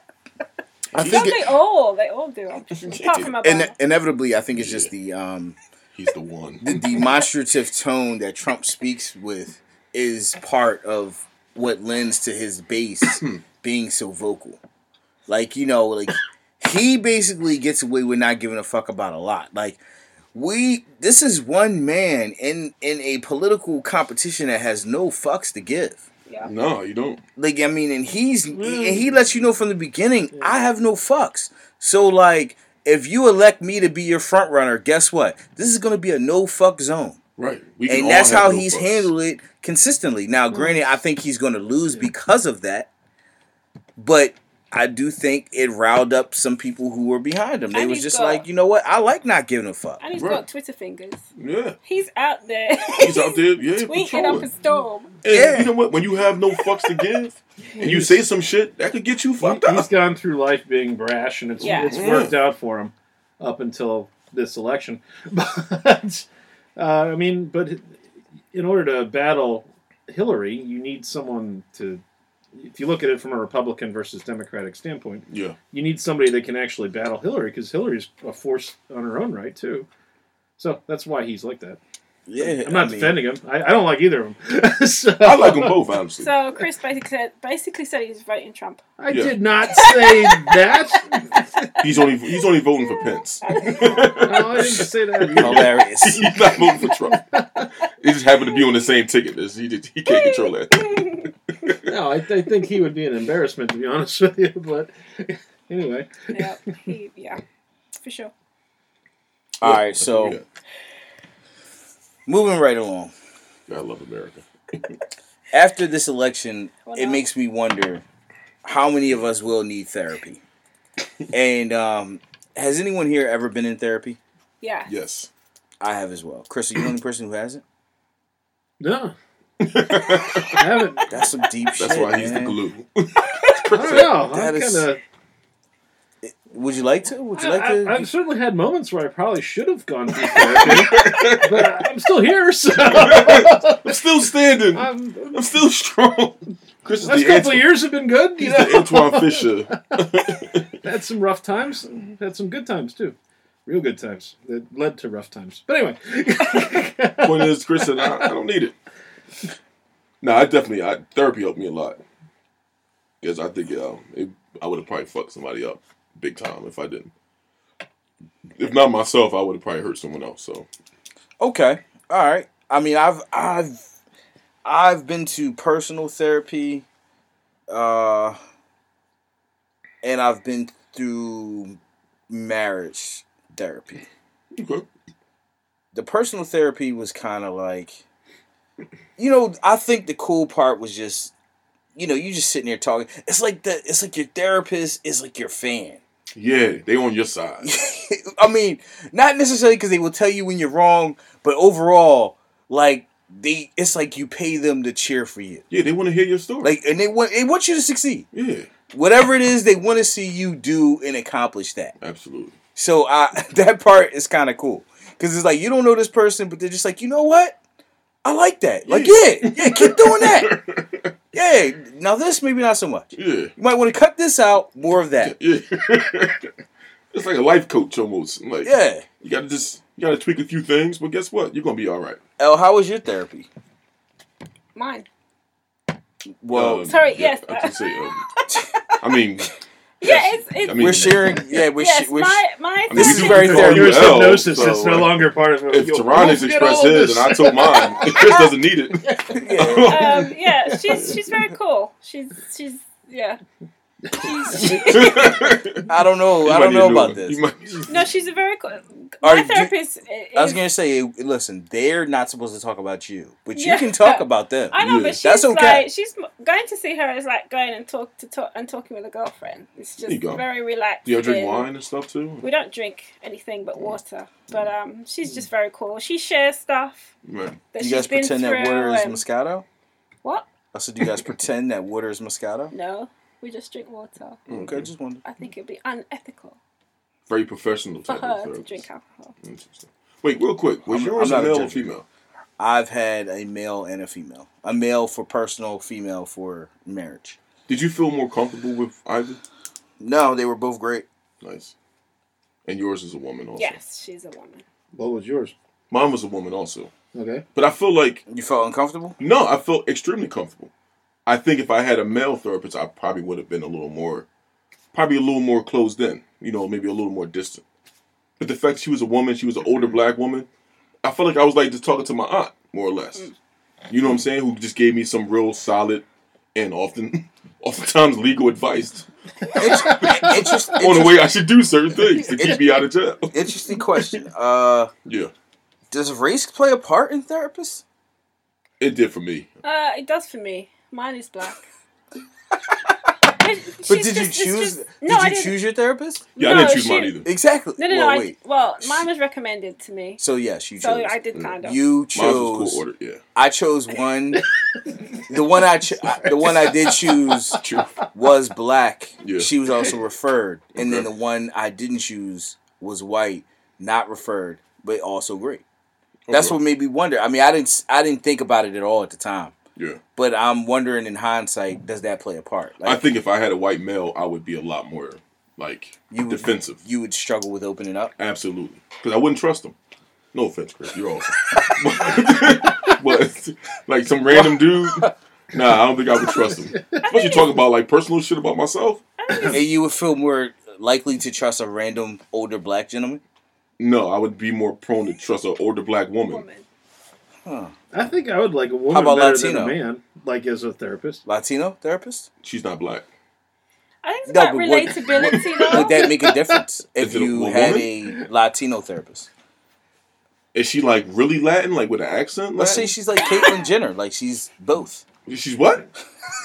Don't
think
they all? They all do. Apart from Obama.
ine- inevitably, I think it's just the um,
He's the one.
the demonstrative tone that Trump speaks with is part of what lends to his base being so vocal. Like, you know, like he basically gets away with not giving a fuck about a lot. Like we this is one man in in a political competition that has no fucks to give.
yeah.
No, you don't.
Like I mean, and he's and he lets you know from the beginning, I have no fucks. So like, if you elect me to be your front runner, guess what? This is gonna be a no fuck zone,
Right. We
and
all
that's
have
how
no
he's
fucks.
handled it consistently. Now, granted, I think he's gonna lose because of that, but I do think it riled up some people who were behind him. They
And
was
he's
just
got-
like, you know what? I like not giving a fuck.
And he's
Right.
got Twitter fingers.
Yeah.
He's out there.
He's out there, yeah,
tweeting up a
patrolling.
storm.
And
Yeah.
you know what? When you have no fucks to give, and you say some shit, that could get you fucked
He- He's
up.
gone through life being brash, and it's
Yeah.
it's worked out for him up until this election. But uh, I mean, but in order to battle Hillary, you need someone to. If you look at it from a Republican versus Democratic standpoint,
Yeah.
you need somebody that can actually battle Hillary because Hillary's a force on her own right too. So that's why he's like that.
Yeah,
I'm
I
not
mean,
defending him. I, I don't like either of them. So-
I like them both, honestly.
So Chris basically said, basically said he's voting Trump.
I
Yeah.
did not say that.
He's only he's only voting for Pence.
No, I didn't say that. either.
Hilarious.
he's not voting for Trump. He just happened to be on the same ticket. It's- He, just- he can't control that.
No, I, I think he would be an embarrassment to be honest with you. But anyway,
yeah, he, yeah, for sure.
All right, so
Yeah.
moving right along.
I love America.
after this election,
Well,
it
no.
makes me wonder how many of us will need therapy. and um, has anyone here ever been in therapy?
Yeah.
Yes.
I have as well. Chris, are you the only person who hasn't?
no, I haven't. I
That's some deep shit.
That's why he's the
man.
glue.
don't know.
That
I'm
is-
kind of.
Would you like to? Would you like
I,
to?
have certainly had moments where I probably should have gone to therapy, but I'm still here. So
I'm still standing. I'm,
I'm,
still strong. Chris is
last
the,
couple
Anto-
of years have been good. You
he's the
know,
Antoine Fisher.
had some rough times, and had some good times too, real good times that led to rough times. But anyway,
Point is, Chris said, I, I don't need it. No, I definitely, I, therapy helped me a lot. Because I think um, it, I would have probably fucked somebody up big time if I didn't. If not myself, I would have probably hurt someone else. So,
Okay. All right. I mean, I've I've I've been to personal therapy, uh, and I've been through marriage therapy.
okay.
the personal therapy was kind of like, you know, I think the cool part was just, you know, you just sitting there talking. It's like the, it's like your therapist is like your fan.
Yeah, they on your side.
I mean, not necessarily because they will tell you when you're wrong, but overall, like they, it's like you pay them to cheer for you.
Yeah, they want to hear your story.
Like, and they want they want you to succeed.
yeah,
Whatever it is, they want to see you do and accomplish that.
absolutely.
So I that part is kind of cool because it's like you don't know this person, but they're just like, you know what? I like that. Like, yeah, yeah, keep doing that. Yeah, now this maybe not so much.
Yeah,
You might want to cut this out. More of that.
yeah. it's like a life coach almost. Like,
Yeah.
you gotta just you gotta tweak a few things, but guess what? You're gonna be all right.
El, how was your therapy?
Mine.
Well,
Um,
Sorry, yes. uh,
I, can say, um, I mean,
Yeah, it's, it's
I mean,
we're sharing. Yeah, we're.
yes,
sh- we're
my,
sh-
my um,
I mean,
this
we
is
can
very
call you
your
therapeutic.
L,
hypnosis
so,
is no
like,
longer part of.
If
Yo,
Teron
don't get all
expressed his
this.
and I told mine, Chris doesn't need it.
um, yeah, she's she's very cool. She's she's yeah. She's, she,
I don't know.
You
I
might
don't
need
know
a
about
new one.
this.
You might-
no, she's a very cool.
Are
My
you-
therapist.
I was
is-
gonna say, listen, they're not supposed to talk about you, but you
Yeah.
can talk about them.
I know,
Yeah.
but she's
That's okay.
like she's m- going to see her is like going and talk to talk and talking with a girlfriend. It's
There you
just
go.
very relaxed.
Do y'all drink
and-
wine and stuff too?
We don't drink anything but water, but um,
Mm.
she's just very cool. She shares stuff
Right.
that
you
she's
guys
been
pretend
through.
that water is
and-
Moscato.
What?
I said, do you guys pretend that water is Moscato?
No, we just drink water.
Okay, just wonder.
I think it'd be unethical
Very professional
for
type of
her Uh-huh, to
therapist.
drink alcohol.
Interesting. Wait, real quick, was
I'm-
yours
I'm
a
not a
male or
judge.
female?
I've had a male and a female. A male for personal, female for marriage.
Did you feel more comfortable with either?
No, they were both great.
Nice. And yours is a woman also.
Yes, she's a woman.
What was yours?
Mine was a woman also.
Okay.
But I feel like
You felt uncomfortable?
no, I felt extremely comfortable. I think if I had a male therapist, I probably would have been a little more, probably a little more closed in. You know, maybe a little more distant. But the fact she was a woman, she was an older black woman. I felt like I was like just talking to my aunt more or less. You know what I'm saying? Who just gave me some real solid and often, oftentimes legal advice
It's, it's just it's
on the
just-
way I should do certain things to keep me out of jail.
Interesting question. Uh,
Yeah,
does race play a part in therapists?
it did for me.
Uh, it does for me. Mine is black. but
But did you choose? did you choose your therapist?
Yeah, I
No,
didn't choose mine
she-
either.
Exactly.
No, no, no.
Well,
I,
wait.
well, mine was recommended to me,
So yes, you
so
chose.
I did kind of.
You
Mine was
chose.
cool order. Yeah,
I chose one. the one I, ch- I the one I did choose
true.
was black.
Yeah.
She was also referred, and then
Okay.
the one I didn't choose was white, not referred, but also great. That's
Okay.
what made me wonder. I mean, I didn't s- I didn't think about it at all at the time,
Yeah,
but I'm wondering in hindsight, does that play a part?
I think if I had a white male, I would be a lot more like
You would-
defensive.
you would struggle with opening up.
Absolutely, because I wouldn't trust him. No offense, Chris, you're awesome. but like some random dude, nah, I don't think I would trust him. What you talking about? Like personal shit about myself?
and you would feel more likely to trust a random older black gentleman.
No, I would be more prone to trust an older black woman.
Woman.
I think I would like a woman
How about
better
Latino?
than a man, like as a therapist.
Latino therapist?
She's not black.
I think it's
No,
about
but what-
relatability, though.
Would that make a difference if
Is it a
you
woman?
had a Latino therapist?
Is she like really Latin, like with an accent?
Let's say
Latin?
she's like Caitlyn Jenner, like she's both.
She's what?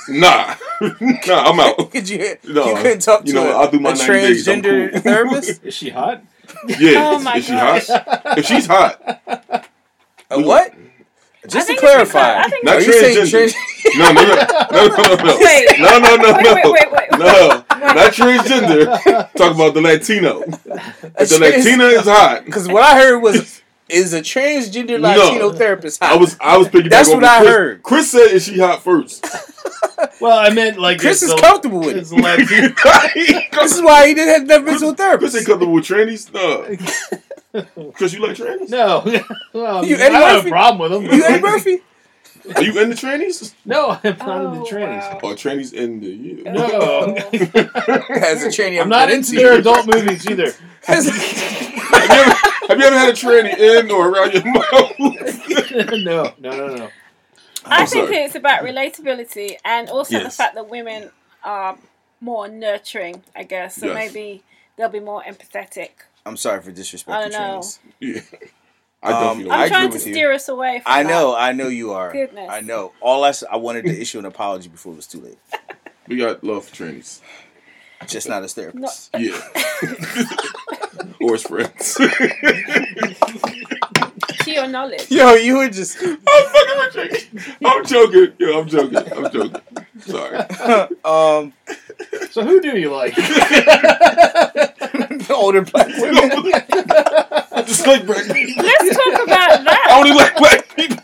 nah, nah, I'm out.
Could you?
No,
you couldn't talk to
you know,
a,
I'll do my
a
90 days, I'm
transgender
cool.
therapist.
Is she hot?
Yeah.
Oh
is-
my
is she
gosh.
hot? If she's hot,
A what?
I
Just to
think it's because-
clarify,
I think
not
are
it's-
you saying
transgender.
trans-
No, no, no, no, no, no, no.
Wait.
no, no, no,
Wait,
no,
wait, wait, wait.
no, not transgender. Talk about the Latino.
a
If the Latina is hot.
Because what I heard was, is a transgender
No.
Latino therapist hot?
I was, I was picking.
That's
back
what I
Chris.
heard.
Chris said, "Is she hot first?
Well, I meant like
Chris
as
is
a-
comforable with
as
it.
a Latino.
This is why he didn't have that physical
Chris ain't
therapist.
comfortable with trannies. No. Chris, you like trannies?
No, well,
You
I don't have
Eddie
a problem with them.
You ain't Murphy.
Are you into trannies?
No, I'm not
Oh,
into trannies.
wow.
Or trannies in the year?
No.
As a tranny,
I'm not into their adult movies either.
Have you, ever, have you ever had a tranny in or around your mouth?
no, no, no, no.
I
I'm
think
sorry.
it's about relatability and also the
Yes.
fact that women are more nurturing, I guess. So
Yes.
maybe they'll be more empathetic.
I'm sorry for disrespecting
I don't know.
trannies.
yeah.
Um,
I definitely.
I'm
I agree
trying to
with you.
steer us away from
I
that.
know, I know you are.
Goodness.
I know. All I, s- I wanted to issue an apology before it was too late.
we got love for trannies.
Just not as therapist.
Yeah. or as friends.
To your knowledge.
Yo, you were just.
I'm fucking with you. I'm joking. Yo, I'm joking. I'm joking. Sorry.
um,
So who do you like?
the older black women.
I just like black people.
Let's talk about
I
that.
only like black people.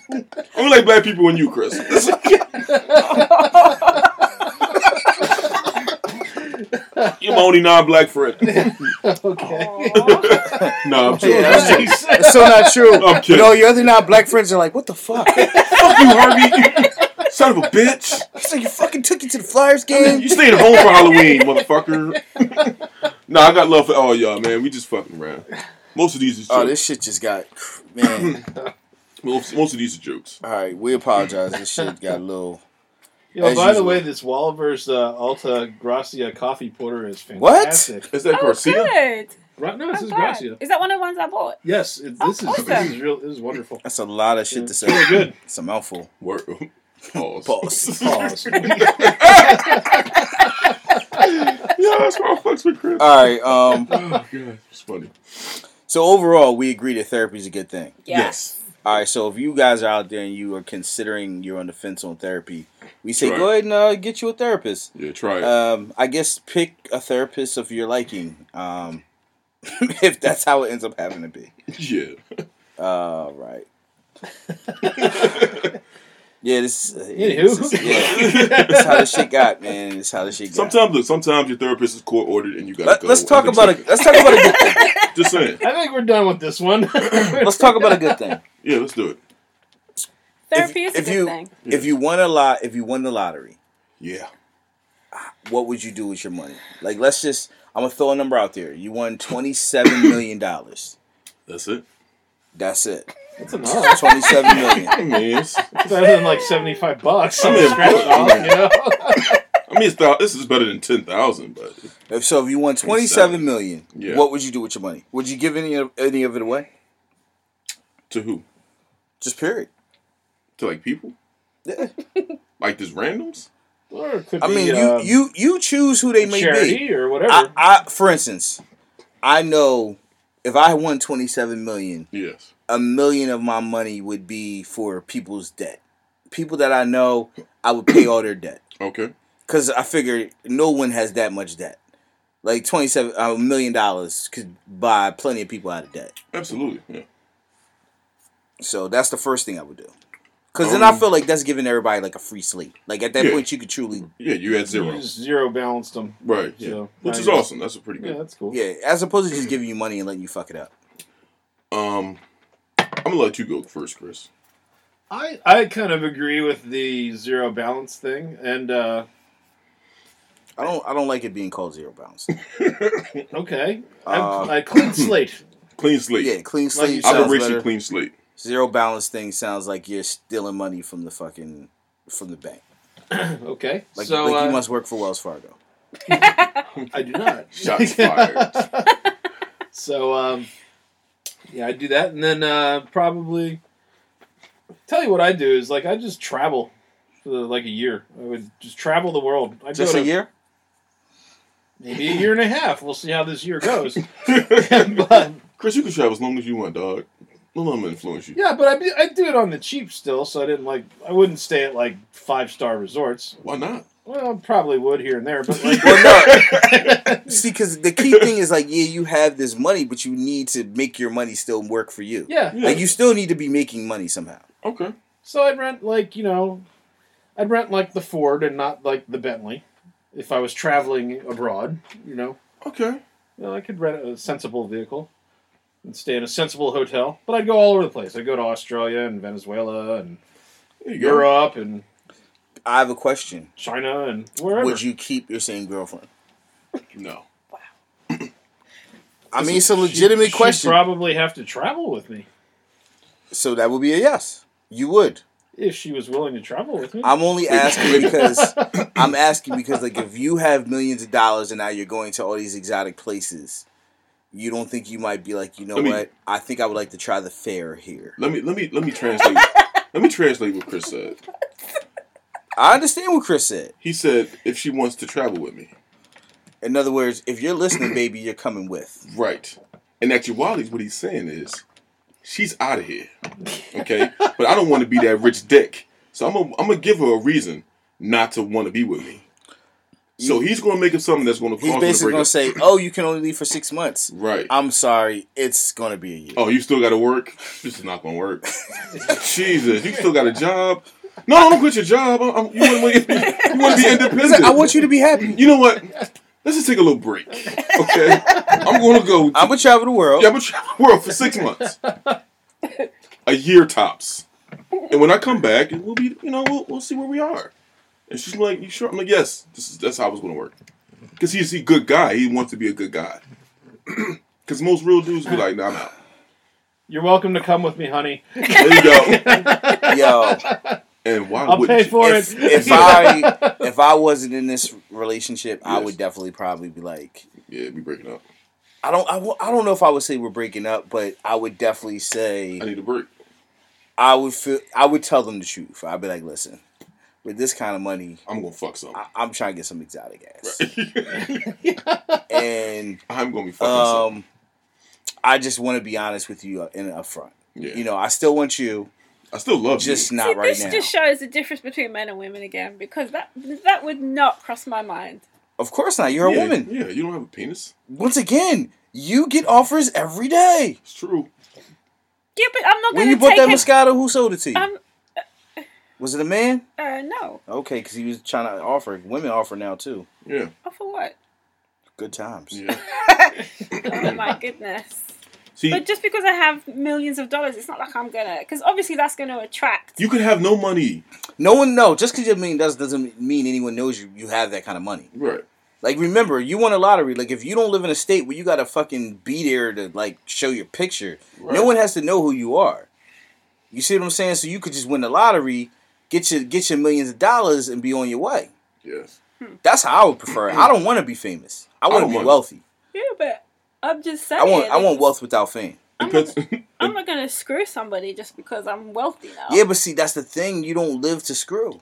I only like black people when you, Chris. You're my only non-black friend.
Oh,
okay.
Oh.
Aw.
No, I'm
Yeah,
joking.
that's true.
I'm joking.
Nice.
That's so not true.
I'm
You
kidding.
know, your other not black friends are like, what the fuck?
Fuck you, Harvey. Son of a bitch.
It's like you fucking took you to the Flyers game.
You stayed at home for Halloween, motherfucker. nah, I got love for all y'all, man. We just fucking around. Most of these is jokes.
Oh, this shit just got man.
most, most of these are jokes.
All right, we apologize. This shit got a little.
Yo,
As
Oh, by the
usual.
way, this Wallivers uh, Alta Gracia coffee porter is fantastic.
Is that
Oh,
Garcia?
good.
Right? No, this
Not
is
bad.
Gracia.
Is that one of the ones I bought?
Yes, it, this
Oh,
is this
awesome.
is real. This is wonderful.
That's a lot of shit to say.
Really good.
It's a mouthful.
Word. Pause.
Pause.
Pause.
yeah, that's why I fucks with Chris.
All right. Um.
oh, God. It's funny.
So overall, we agree that therapy is a good thing.
Yeah.
All right. So if you guys are out there and you are considering you're on the fence on therapy, we say
Right.
go ahead and uh, get you a therapist.
Yeah, try it.
Um, I guess pick a therapist of your liking, um, if that's how it ends up having to be.
yeah.
All right. Yeah, this. Uh, yeah,
Anywho.
this is, yeah, this is how this shit got, man. This is how this shit got.
Sometimes, look, sometimes your therapist is court ordered and you gotta
Let,
go.
let's talk about a
unexpected.
let's talk about a good thing.
Just saying.
I think we're done with this one.
Let's talk about a good thing.
Yeah, let's do it.
Therapy is a
if
good
you
thing.
if you won a lot if you won the lottery,
Yeah.
what would you do with your money? Like, let's just I'm gonna throw a number out there. You won twenty seven million dollars.
That's it.
That's it.
That's enough.
Twenty seven million.
I mean, it's, I
It's better than like seventy-five bucks.
I
I'm
mean,
scratch it off, you know.
mean, it's thou- this is better than ten thousand, but
If so, if you won twenty seven million,
Yeah.
what would you do with your money? Would you give any of any of it away?
to who?
Just period.
To like people?
Yeah.
Like just randoms?
Or it could
I
be,
mean,
uh,
you you you choose who they may be.
charity or whatever.
I, I, for instance, I know if I won twenty seven million,
Yes.
a million of my money would be for people's debt. People that I know, I would pay all their debt
Okay.
because I figure no one has that much debt. Like twenty seven a million dollars could buy plenty of people out of debt.
Absolutely. Yeah.
So that's the first thing I would do. Cause then I
Um,
feel like that's giving everybody like a free slate. Like at that
Yeah.
point, you could truly,
Yeah, you had
You
zero.
just zero balanced them.
Right. Yeah.
So,
Which
I
is
guess-
awesome. That's a pretty
Yeah,
good.
that's cool.
yeah, as opposed to just giving you money and letting you fuck it up.
Um I'm gonna let you go first, Chris.
I, I kind of agree with the zero balance thing, and uh,
I don't, I don't like it being called zero balance.
okay,
Uh,
I, I clean slate.
Clean slate.
Yeah, clean
Like you
slate
said.
sounds
Operation
better.
Clean Slate.
Zero balance thing sounds like you're stealing money from the fucking from the bank.
Okay,
Like,
so
like you
uh,
must work for Wells Fargo.
I do not.
Shots fired.
So um, yeah, I do that, and then uh, probably tell you what I do is like I just travel for like a year. I would just travel the world. I
Just
go
a
to
year?
maybe a year and a half. We'll see how this year goes. but
Chris, you can travel as long as you want, dog. No, no, I'm gonna influence you.
yeah, but I be, I do it on the cheap still, so I didn't like I wouldn't stay at like five star resorts.
Why not?
Well, probably would here and there, but like
Well, no. See, because the key thing is like, yeah, you have this money, but you need to make your money still work for you.
yeah.
Yeah.
Like you still need to be making money somehow.
Okay.
So I'd rent like you know, I'd rent like the Ford and not like the Bentley, if I was traveling abroad. You know,
Okay.
Well, I could rent a sensible vehicle and stay in a sensible hotel. But I'd go all over the place. I'd go to Australia and Venezuela and
There you go.
Europe and
I have a question.
China and wherever.
Would you keep your same girlfriend?
No.
I mean, it's a
She-
legitimate
she'd
question.
probably have to travel with me
so that would be a yes. You would.
if she was willing to travel with me.
I'm only asking because I'm asking because like if you have millions of dollars and now you're going to all these exotic places, you don't think you might be like, you know
I mean-
what? I think I would like to try the fair here.
Let me let me let me translate. let me translate what Chris said.
I understand what Chris said.
He said if she wants to travel with me.
In other words, if you're listening, baby, you're coming with.
Right. In actuality, what he's saying is, she's out of here. Okay? but I don't want to be that rich dick. So I'm going I'm to give her a reason not to want to be with me. So he's going to make up something that's going to
He's
cause her to
basically
break
gonna
up.
say, "Oh, you can only leave for six months."
right.
I'm sorry, it's gonna be a year.
oh, you still got to work? This is not going to work. Jesus, you still got a job? No, don't quit your job. I'm, I'm, you want to be
It's
independent.
like, I want you to be happy.
You know what? Let's just take a little break. Okay? I'm going to go.
I'm gonna travel the world.
Yeah, I'm gonna travel the world for six months, a year tops. And when I come back, we'll be, you know, we'll, we'll see where we are. And she's like, "You sure?" I'm like, "Yes, this is that's how it's gonna work." Because he's a good guy. He wants to be a good guy. Because most real dudes be like, "Nah, I'm out."
You're welcome to come with me, honey.
There you go.
Yo,
And why
I'll
would
pay for
if,
it.
if I if I wasn't in this relationship, I
Yes.
would definitely probably be like,
Yeah, we breaking up.
I don't I, w- I don't know if I would say we're breaking up, but I would definitely
I
say
need a break.
I would feel I would tell them the truth. I'd be like, listen, with this kind of money,
I'm gonna fuck something.
I, I'm trying to get some exotic ass, and
I'm gonna be fucking something.
um, I just want to be honest with you uh, in upfront.
Yeah,
You know, I still want you,
I still love
just
you.
not
See,
right
this
now.
just shows the difference between men and women again, because that that would not cross my mind.
Of course not. You're
yeah,
a woman.
Yeah, you don't have a penis.
Once again, you get offers every day.
It's true.
Yeah, but I'm not
When
going
you
to
bought
take
that
it. uh,
Moscato, who sold it to you?
I'm-
Was it a man?
Uh, no.
Okay, because he was trying to offer. Women offer now too.
Yeah.
Oh, for what?
Good times.
Yeah.
oh my goodness.
See,
But just because I have millions of dollars, it's not like I'm gonna. Because obviously that's gonna attract.
you could have no money.
No one know. Just because you mean does doesn't mean anyone knows you. You have that kind of money.
Right.
Like remember, you won a lottery. Like if you don't live in a state where you got to fucking be there to like show your picture,
Right.
no one has to know who you are. You see what I'm saying? So you could just win the lottery, get your get your millions of dollars, and be on your way.
Yes.
That's how I would prefer. it. I don't want to be famous. I want to
don't
be
want-
wealthy.
Yeah, but I'm just saying.
I want I
like,
want wealth without fame.
I'm not,
Depends.
I'm not gonna screw somebody just because I'm wealthy now.
Yeah, but see, that's the thing. You don't live to screw.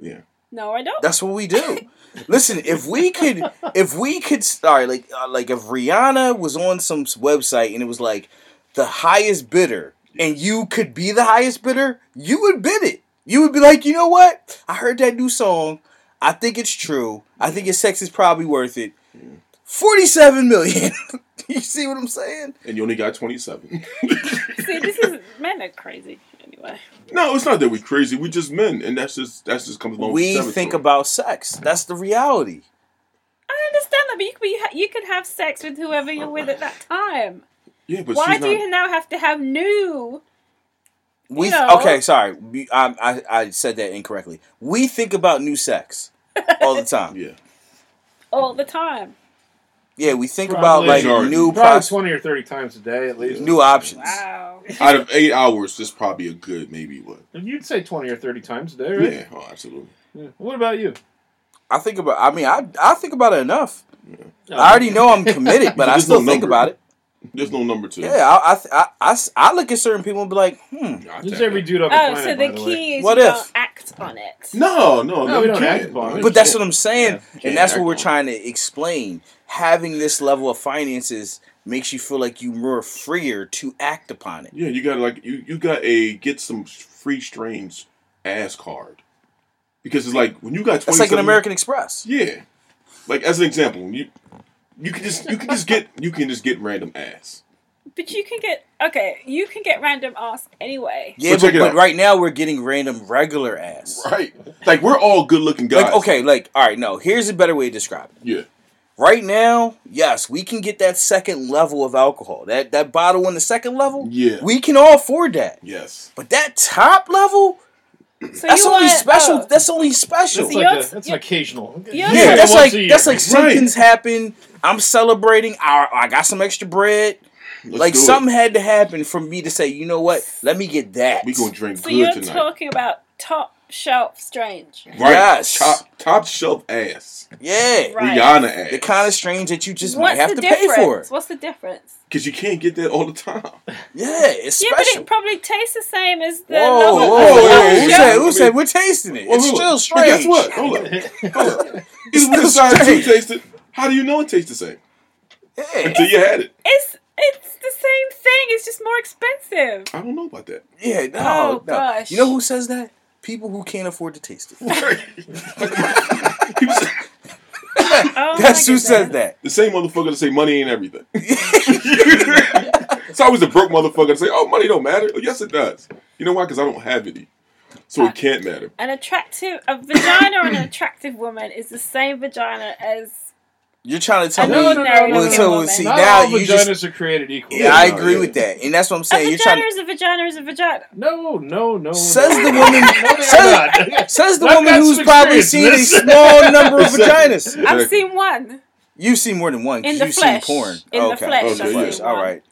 yeah.
No, I don't.
That's what we do. Listen, if we could, if we could, sorry, like uh, like if Rihanna was on some s- website and it was like the highest bidder, and you could be the highest bidder, you would bid it. You would be like, you know what? I heard that new song. I think it's true. I think your sex is probably worth it. Forty-seven million. you see what I'm saying?
And you only got 27.
See, this is men are crazy anyway.
no, it's not that we're crazy. We're just men. And that's just, that's just comes along with
We
the territory.
think about sex. That's the reality.
I understand that, but you, but you, ha- you could have sex with whoever you're with at that time.
Yeah, but
Why
she's
do
not,
you now have to have new?
We
You know.
okay, sorry, We- I, I I said that incorrectly. We think about new sex all the time.
Yeah.
all the time.
Yeah, we think about
Probably-
like
Majority.
new
Probably
pros-
twenty or thirty times a day at least.
new options.
Wow.
Out of eight hours, this probably a good maybe what?
You'd say twenty or thirty times a day, right?
Yeah. Oh, absolutely.
Yeah. What about you?
I think about. I mean, I I think about it enough. I already know I'm committed, but I
There's
still
no
think
number.
about it.
There's no number two.
Yeah, I I, th- I I s- I look at certain people and be like, hmm.
Nah, I
This
tap
is every
that.
dude on the
Oh,
planet.
so
by
the
the way.
key is
What
you
if?
don't act on it.
No, no,
No, we
you
don't
can't.
act upon it.
But that's what I'm
Yeah.
saying,
Yeah,
and that's
I
what we're
know.
trying to explain. Having this level of finances makes you feel like you're more freer to act upon it.
Yeah, you got like you you got a get some free strains ass card because it's like when you got
That's like an
27
American Express.
Yeah, like as an example, when you you can just you can just get you can just get random ass.
But you can get okay. You can get random ass anyway.
Yeah,
But check
but,
it
but
out.
right now we're getting random regular ass.
Right, like we're all good looking guys.
Like okay, like all right, no. Here's a better way to describe it.
yeah,
Right now, yes, we can get that second level of alcohol. That that bottle in the second level,
Yeah.
we can all afford that.
yes,
But that top level,
So
that's
you
only
want-
special.
oh,
That's only special.
That's
See,
like
yours-
a, that's an
your-
occasional.
Yeah,
yeah,
like
that's
once
like
a year.
that's like
Right.
something's happened. I'm celebrating. I, I got some extra bread.
Let's
like
do it.
something had to happen for me to say, you know what? Let me get that.
We gonna drink
so you're
good tonight.
talking about top shelf strange.
right,
Yes.
top top shelf ass,
yeah,
Right.
Rihanna ass.
the kind of strange that you just
What's
might have
the
to
difference?
pay for. It.
What's the difference?
because you can't get that all the time.
Yeah, it's
Yeah, but
special.
it probably tastes the same as the
Whoa,
lower.
whoa,
whoa,
lower
whoa,
Who
whoa,
shelf.
said,
whoa.
who said we're tasting it?
Well,
It's
hold
still
up.
strange.
Hey, guess what? Hold up. Either we
still
decide to
strange.
taste it. How do you know it tastes the same
Yeah.
until you had it?
It's it's the same thing. It's just more expensive.
I don't know about that.
yeah, no,
Oh,
no.
gosh.
You know who says that? People who can't afford to taste it.
People say-
Oh,
That's
my
who says
goodness.
that.
the same motherfucker to say money ain't everything. it's always a broke motherfucker to say, "Oh, money don't matter." Yes, it does. You know why? Because I don't have any, so it can't matter.
An attractive a vagina on an attractive woman is the same vagina as
You're trying to tell
I
me.
know, no, no, no, no,
well,
no,
so,
no, no.
see,
Not
now
all
you
vaginas
just.
are created equal.
Yeah, I
No,
agree
yeah.
with that, and that's what I'm
a
saying. You're
vagina
trying.
is a vagina is a vagina.
No, no, no.
Says
no.
the woman.
No, they
says,
are not.
says the
I've
woman
got
who's
some
probably
experience
seen a
in this.
small number of vaginas.
Exactly.
I've seen one.
You've seen more than one. 'cause
In the
You've
flesh.
seen porn.
In the
okay.
flesh,
I've Okay, seen yeah.
All
one.
right.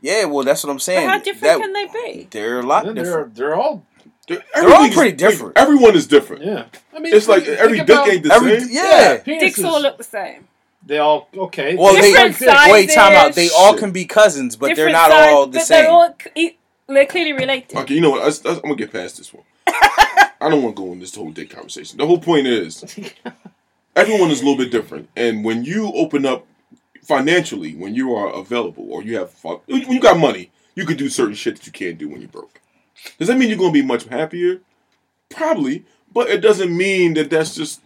Yeah, well, that's what I'm saying.
how different can they be?
They're a lot
Then
different.
They're, they're all.
They're,
all pretty different.
Everyone is different.
Yeah. I mean,
It's like
think
every dick
about-
ain't the
Every-
same.
yeah.
penises.
Dicks all look the same.
They all okay.
Well, they-
Different
Different
dick.
size.
Wait, time out. They all
Shit.
can be cousins, but they're
Different
not
size,
all the
but
same.
They're all c- they're clearly related.
Okay, you know what? I, I, I'm gonna get past this one. I don't want to go in this whole dick conversation. The whole point is, everyone is a little bit different, and when you open up financially, when you are available or you have fu- when you got money, you can do certain shit that you can't do when you're broke. Does that mean you're gonna be much happier? Probably, but it doesn't mean that that's just.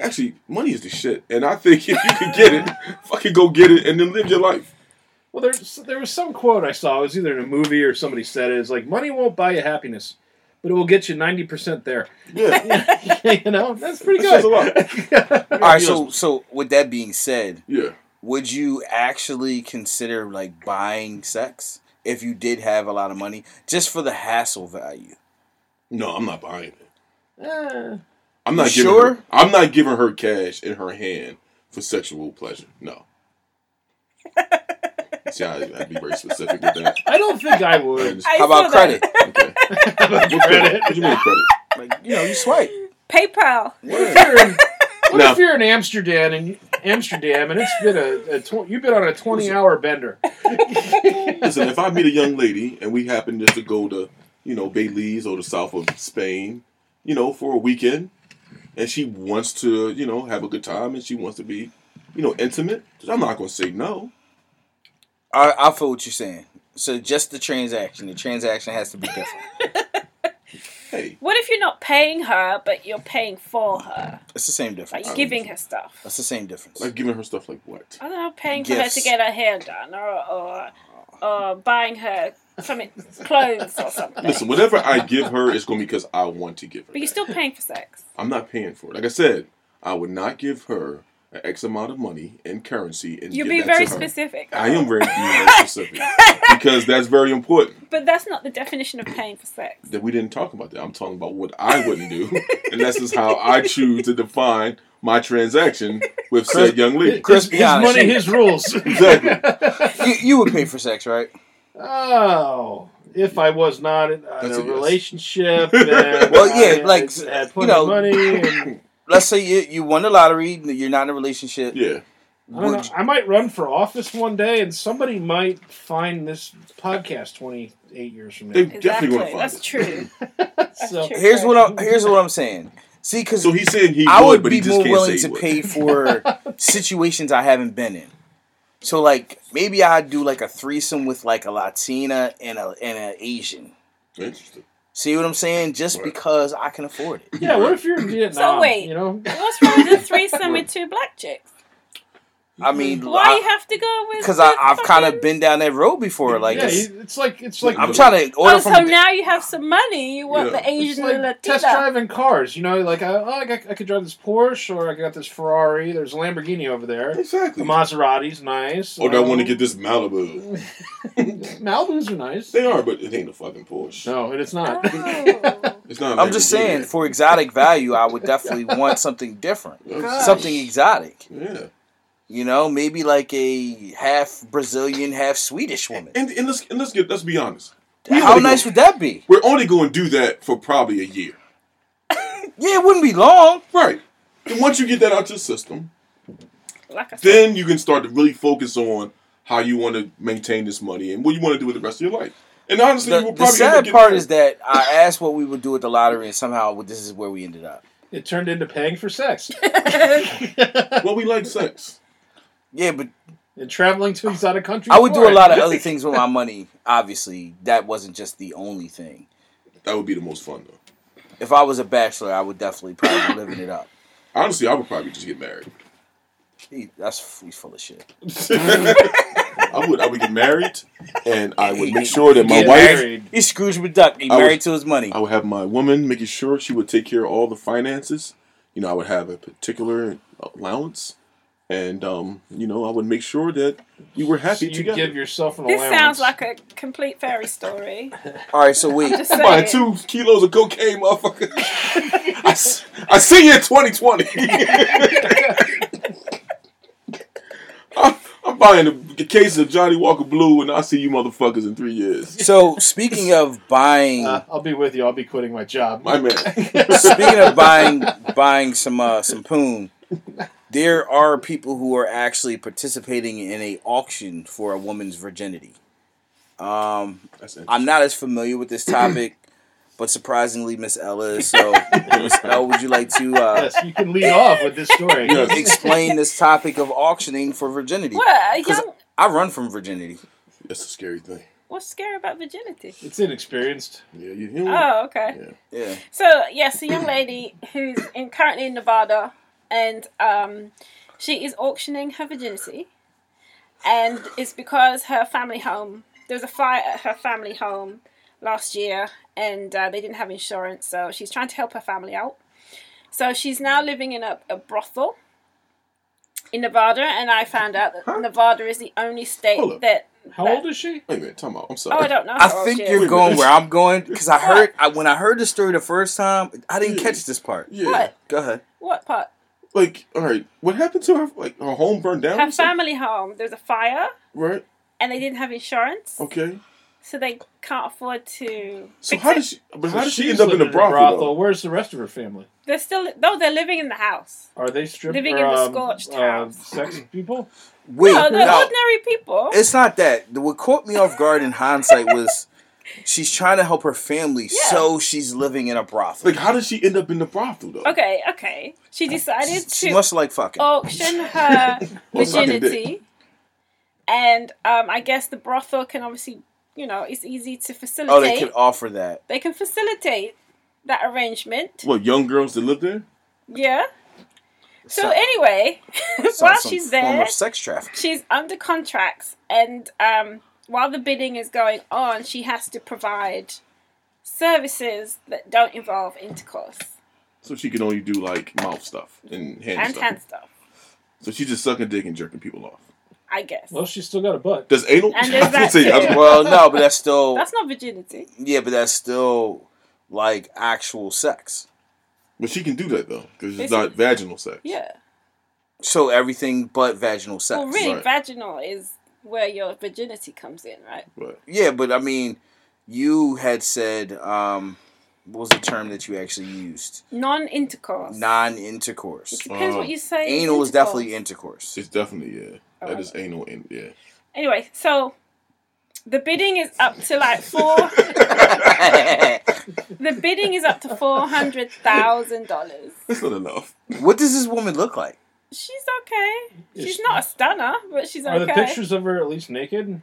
Actually, money is the shit, and I think if you can get it, fucking go get it, and then live your life.
Well, there's there was some quote I saw. It was either in a movie or somebody said it. It's like money won't buy you happiness, but it will get you ninety percent there.
Yeah.
you know, that's pretty
That says
good.
a
All right. So so with that being said,
yeah.
would you actually consider like buying sex if you did have a lot of money just for the hassle value?
No, I'm not buying it.
Eh,
I'm not
You
giving
sure?
her, I'm not giving her cash in her hand for sexual pleasure. No. See, I had to be very specific with that.
I don't think
I
I would.
understand.
How
saw
about
that.
credit?
Okay. What credit? What do you mean credit?
Like you know, you swipe.
PayPal.
What if you're in, what
No.
if you're in Amsterdam and Amsterdam and it's been a, a tw- you've been on a twenty hour bender?
Listen, if I meet a young lady and we happen just to go to, you know, Belize or the south of Spain, you know, for a weekend, and she wants to, you know, have a good time and she wants to be, you know, intimate, I'm not going to say no.
I, I feel what you're saying. So just the transaction. The transaction has to be different.
Hey,
What if you're not paying her, but you're paying for her?
It's the same
Like
difference.
you're giving her stuff.
Oh, That's the same difference.
like giving her stuff like what?
I don't know, paying for her
Gifts.
to get her hair done, or or, or buying her something clothes or something.
Listen, whatever I give her is going to be because I want to give her.
but you're
that.
still paying for sex.
I'm not paying for it. Like I said, I would not give her an X amount of money in currency and
You're
give
being
that
very
to her.
specific.
I am very, being very specific because that's very important.
But that's not the definition of paying for sex.
that we didn't talk about that. I'm talking about what I wouldn't do, and this is how I choose to define my transaction with said young lady.
Chris,
his,
be honest.
money, his rules.
Exactly.
you, you would pay for sex, right?
Oh, if I was not in uh, in
That's
a
a yes.
relationship, and
Well, yeah,
I
like,
had plenty
you know-
of money. And,
Let's say you, you won the lottery. You're not in a relationship.
Yeah,
I, don't know,
Would-
I might run for office one day, and somebody might find this podcast twenty eight years from
they
now.
Exactly.
definitely want to find
That's true.
it.
So,
true.
Here's what I'm. Here's what I'm saying. See, because
So he's saying he
I
would,
would
but
be
he just
more
can't
willing to
say he would.
pay for situations I haven't been in. So like maybe I'd do like a threesome with like a Latina and a and an Asian.
Interesting.
See what I'm saying? Just
Right.
because I can afford it.
yeah, what if you're in Vietnam?
wait.
you know,
What's wrong with a threesome with two black chicks?
I mean,
Why you have to go with?
because I,
the
I've kind
fucking-
of been down that road before. Like
yeah,
it's,
you- it's like it's like
I'm trying to order
Oh,
from.
so now you have some money. You want
Yeah.
the
It's
Asian
like
and Latina.
test driving cars, you know, like I, oh, I, got, I could drive this Porsche or I got this Ferrari. There's a Lamborghini over there. The
Exactly.
Maserati's nice.
Or Oh, do I want to
Um,
get this Malibu?
Malibus are nice.
They are, but it ain't a fucking Porsche.
No, and it's not.
Oh.
It's not. a
I'm just
Lamborghini.
saying, for exotic value, I would definitely want something different,
Yeah.
Gosh.
something exotic.
Yeah,
You know, maybe like a half Brazilian, half Swedish woman.
and and let's and let's get let's be honest.
How
only
nice
go-
would that be?
We're only going to do that for probably a year,
Yeah, it wouldn't be long.
right? And once you get that out your system,
like I said,
then you can start to really focus on how you want to maintain this money and what you want to do with the rest of your life. And honestly,
The,
you will
the
probably end up
sad
getting
part
there.
is that I asked what we would do with the lottery, and somehow this is where we ended up.
it turned into paying for sex
well, we like sex.
Yeah, but
and traveling to exotic countries.
I would do
for
a
it.
lot of other things with my money. Obviously, that wasn't just the only thing.
That would be the most fun though.
If I was a bachelor, I would definitely probably be living it up.
Honestly, I would probably just get married.
He, that's he's full of shit.
I would. I would get married, and I would make sure that my
Get
wife.
married.
He's Scrooge McDuck. He
I
married
was-
to his money.
I would have my woman making sure she would take care of all the finances. You know, I would have a particular allowance, and um, you know, I would make sure that we were
So
happy
you
together.
give yourself an
this
allowance.
sounds like a complete fairy story.
All right, so wait.
Just
I'm buying
saying.
two kilos of cocaine, motherfucker. I, s- I see you in 2020. I'm, I'm buying a, a case of Johnny Walker Blue, and I'll see you motherfuckers in three years.
So speaking of buying,
Uh, I'll be with you. I'll be quitting my job.
My man.
speaking of buying, buying some uh, some poon. There are people who are actually participating in a auction for a woman's virginity. Um,
That's
I'm
interesting.
not as familiar with this topic, but surprisingly, Miss Ella is. So, Miss Ella, would you like to uh,
yes, you can lead off with this story.
Yes.
explain this topic of auctioning for virginity?
What? A
'Cause
young,
I run from virginity.
That's a scary thing.
what's scary about virginity?
It's inexperienced.
Yeah, you hear me?
Oh, okay.
Yeah.
Yeah.
So yes, a young lady who's in, currently in Nevada, and um, she is auctioning her virginity, and it's because her family home there was a fire at her family home last year, and uh, they didn't have insurance, so she's trying to help her family out. So she's now living in a, a brothel in Nevada, and I found out that
Huh?
Nevada is the only
Hold
state
up.
that.
How old is she?
Wait a minute, time out. I'm
Oh,
sorry.
I don't know.
I
how old
think
she
you're
is.
going where I'm going because I heard I, when I heard the story the first time, I didn't
Yeah.
catch this part.
Yeah.
What?
Go ahead.
What part?
Like, all right, what happened to her? Like, her home burned down?
Her
or something?
family home. There's a fire,
Right?
and they didn't have insurance,
Okay.
so they can't afford to.
So,
fix
how
it.
did she, but how
So
did she
she's
end up in
living
the brothel? though?
Where's the rest of her family?
They're still no. They're living in the house.
Are they stripped?
Living
or,
in the
um,
scorched
uh,
house.
sex people?
Wait,
no, Oh, they're
no,
ordinary people.
it's not that. The- What caught me off guard in hindsight was she's trying to help her family,
Yeah.
so she's living in a brothel.
Like, how did she end up in the brothel, though?
Okay, okay. She Oh, decided
she
to
must like fucking.
auction her
Well, suck a dick.
virginity, and um, I guess the brothel can obviously, you know, it's easy to facilitate.
oh, they could offer that.
they can facilitate that arrangement.
What, young girls that live there?
Yeah. So,
So-
anyway,
So
while
some
she's
form
there,
of sex trafficking.
she's under contracts, and um, while the bidding is going on, she has to provide services that don't involve intercourse
So she can only do, like, mouth stuff and hand
and
stuff.
hand stuff.
So she's just sucking dick and jerking people off.
I guess
Well, she's still got a butt.
Does anal?
And there's
I
that
was gonna say, I was-
too.
Well, no, but that's still
that's not virginity.
yeah, but that's still like actual sex.
but she can do that, though, because
It's-
it's not vaginal sex.
Yeah.
So everything but vaginal sex.
Well, really,
Right.
vaginal is where your virginity comes in, right?
But
Yeah, but I mean, you had said um, what was the term that you actually used?
Non-intercourse.
Non-intercourse.
Depends
Oh.
what you say. is
um, Anal is
intercourse.
definitely intercourse.
it's definitely, yeah. That
Alright.
is anal, and yeah.
Anyway, so the bidding is up to like four. the bidding is up to four hundred thousand dollars.
That's not enough.
what does this woman look like?
She's okay.
Is
She's
she-
not a stunner, but she's
Are the
okay.
pictures of her at least naked?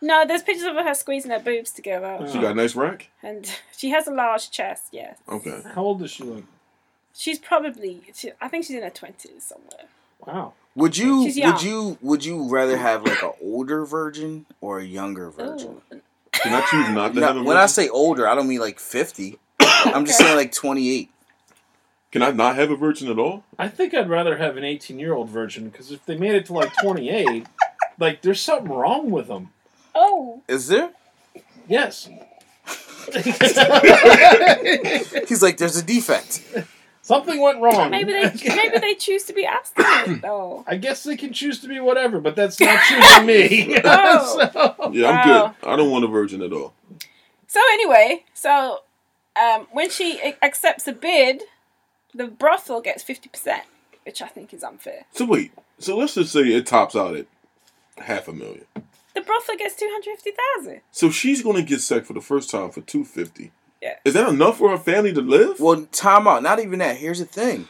No, there's pictures of her squeezing her boobs together,
Oh.
She got a nice rack?
and she has a large chest. Yes,
Okay.
How old is she? Like,
she's probably. She, I think she's in her twenties somewhere.
wow.
Would you
She's young.
would you would you rather have like an older virgin or a younger virgin?
Oh.
Ooh.
Can I choose not to
No,
have a
when
virgin?
I say older, I don't mean like fifty. I'm just saying like twenty eight.
Can I not have a virgin at all?
I think I'd rather have an 18 year old virgin because if they made it to like 28, like there's something wrong with them.
Oh,
Is there?
Yes.
He's like, there's a defect.
something went wrong.
maybe they maybe they choose to be abstinent though.
I guess they can choose to be whatever, but that's not choosing me.
Oh.
So-
Yeah, I'm
Wow.
good. I don't want a virgin at all.
So anyway, so um, when she a- accepts a bid, the brothel gets fifty percent, which I think is unfair.
So wait. So let's just say it tops out at half a million.
The brothel gets two hundred fifty thousand.
So she's gonna get sex for the first time for two fifty.
Yeah.
Is that enough for her family to live?
Well, time out. Not even that. Here's the thing.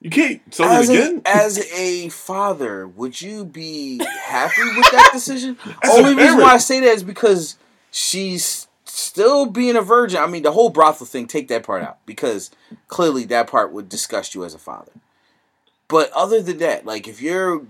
you can't sell
As
it
a,
again.
as a father, would you be happy with that decision?
a
Only reason
parent.
why I say that is because she's still being a virgin. I mean, the whole brothel thing, take that part out because clearly that part would disgust you as a father. But other than that, like if your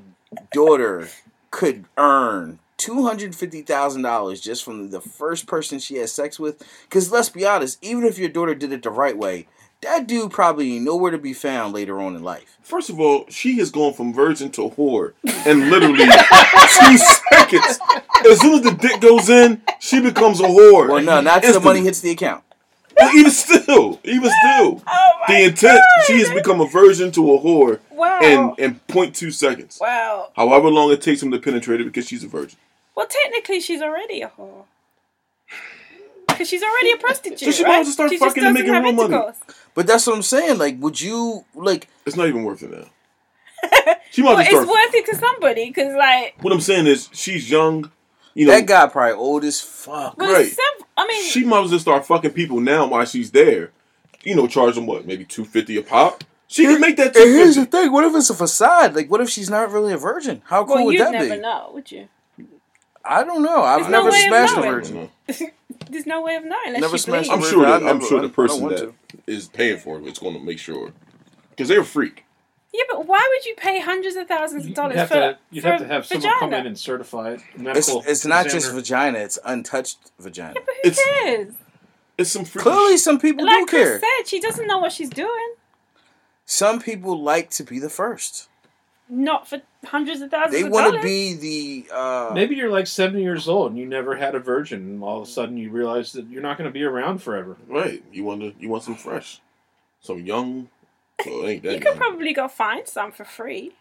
daughter could earn two hundred fifty thousand dollars just from the first person she has sex with, because let's be honest, even if your daughter did it the right way, that dude probably ain't nowhere to be found later on in life.
First of all, she has gone from virgin to whore in literally two seconds. As soon as the dick goes in, she becomes a whore.
Well, no, not till the
Instantly.
money hits the account.
But even still, even still,
Oh my
the intent she has become a virgin to a whore
Wow.
in in 0.2 seconds.
wow.
However long it takes him to penetrate it because she's a virgin.
Well, technically, she's already a whore. Because she's already a prostitute.
So she might
right?
as well start
she
fucking
just doesn't
and making
have
real money.
intercourse.
But that's what I'm saying. Like, would you like?
It's not even worth it now. She might
Well,
as
it's
well start
worth it to somebody because, like,
What I'm saying is, she's young. You know,
That guy probably old as fuck.
well,
Right.
some, I mean,
she might as well start fucking people now while she's there. You know, charge them what, maybe two fifty a pop. She can make that
And here's
two
the
fifty.
thing: what if it's a facade? Like, what if she's not really a virgin? How cool
well,
would
you'd
that
never
be?
know, would you?
I don't know. I've
There's no
never
way of
smashed a
knowing.
virgin.
There's no way of knowing unless
Never
she believes.
smashed a
I'm
virgin.
sure.
I
That, I'm
never-
sure the
I don't
person
want
that
to.
is paying for it is going to make sure because they're a freak.
Yeah, but why would you pay hundreds of thousands of
You'd
dollars
have
for
to, you'd have
for
to have someone
vagina?
come in and certify it.
It's,
Medical
it's not just
examiner.
vagina; it's untouched vagina.
But who
It's-
cares?
It's some freaking
Clearly, some people do
Like Chris
care.
said, she doesn't know what she's doing.
Some people like to be the first.
Not for hundreds of thousands
They
of
want
dollars.
to be the. Uh,
Maybe you're like 70 years old and you never had a virgin, and all of a sudden you realize that you're not going to be around forever.
Right. You want to. You want some fresh, some young. Well, it ain't
you
that
could
young.
probably go find some for free.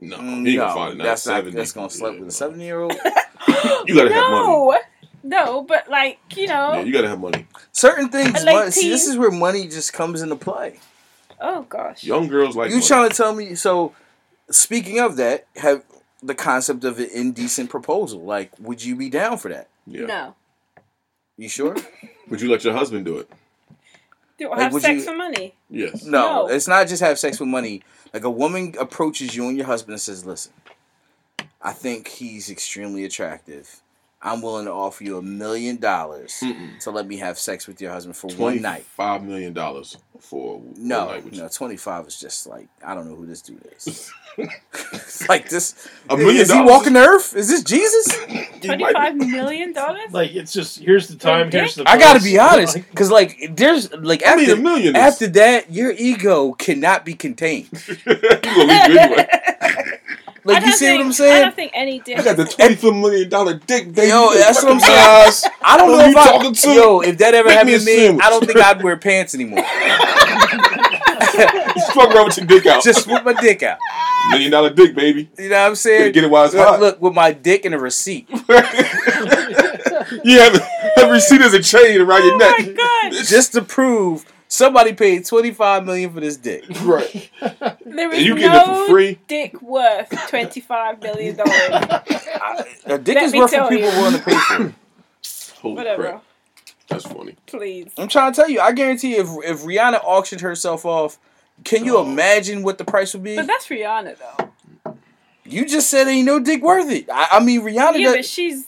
no,
Mm,
you ain't
no,
gonna find it.
that's not.
70.
That's gonna slap
Yeah,
with
no.
a seven-year-old.
You gotta have money.
no, no, but like you know,
Yeah, you gotta have money.
Certain things.
A late
mon- see, this
teen.
is where money just comes into play.
oh gosh,
Young girls like
You
money.
trying to tell me? So, speaking of that, have the concept of an indecent proposal. Like, would you be down for that?
yeah.
no,
You sure?
Would you let your husband do it?
do
Like,
have
would
sex
you-
for money?
Yes.
No,
No.
it's not just have sex with money. Like a woman approaches you and your husband and says, "Listen, I think he's extremely attractive. I'm willing to offer you a million dollars
Mm-mm.
to let me have sex with your husband for one night."
Hmm. Twenty-five million dollars for one
No,
night with you.
no, twenty five is just like I don't know who this dude is. like this,
A million
is he
dollars
walking the earth? Is this Jesus?
He might be-
Twenty-five million dollars.
Like, it's just here's the time, here's the
I gotta be
place.
honest,
Like,
because like there's like
I mean,
after
a million. is-
after that, your ego cannot be contained.
You gonna leave anyway.
I
Like
don't
you see
think,
what I'm
I
saying?
don't think any dick.
I got the twenty-four million dollar dick, baby.
Yo,
You
that's what I'm
fucking
saying.
size.
I don't
Who
know
you
if I,
talking to?
yo if that ever
Make me
happened
a
to me,
sandwich.
I don't think I'd wear pants anymore.
Just fuck around with your dick out.
Just whip my dick out.
million dollar dick, baby.
You know what I'm
Gotta
saying?
Get it while it's
Look,
hot.
look, with my dick and a receipt.
you have every seat is a chain around your
Oh
neck.
my God.
just to prove somebody paid 25 million for this dick.
Right.
There
And
is
you get it for
no
free.
dick worth twenty-five million dollars.
I, a dick
Let
is
me
worth
tell
what people
you.
willing to pay for. it.
Holy
Whatever,
crap. That's funny.
please.
I'm trying to tell you, I guarantee if if Rihanna auctioned herself off, can you
Oh.
imagine what the price would be?
But that's Rihanna though.
You just said ain't no dick worth it. I, I mean, Rihanna,
Yeah, but
does,
she's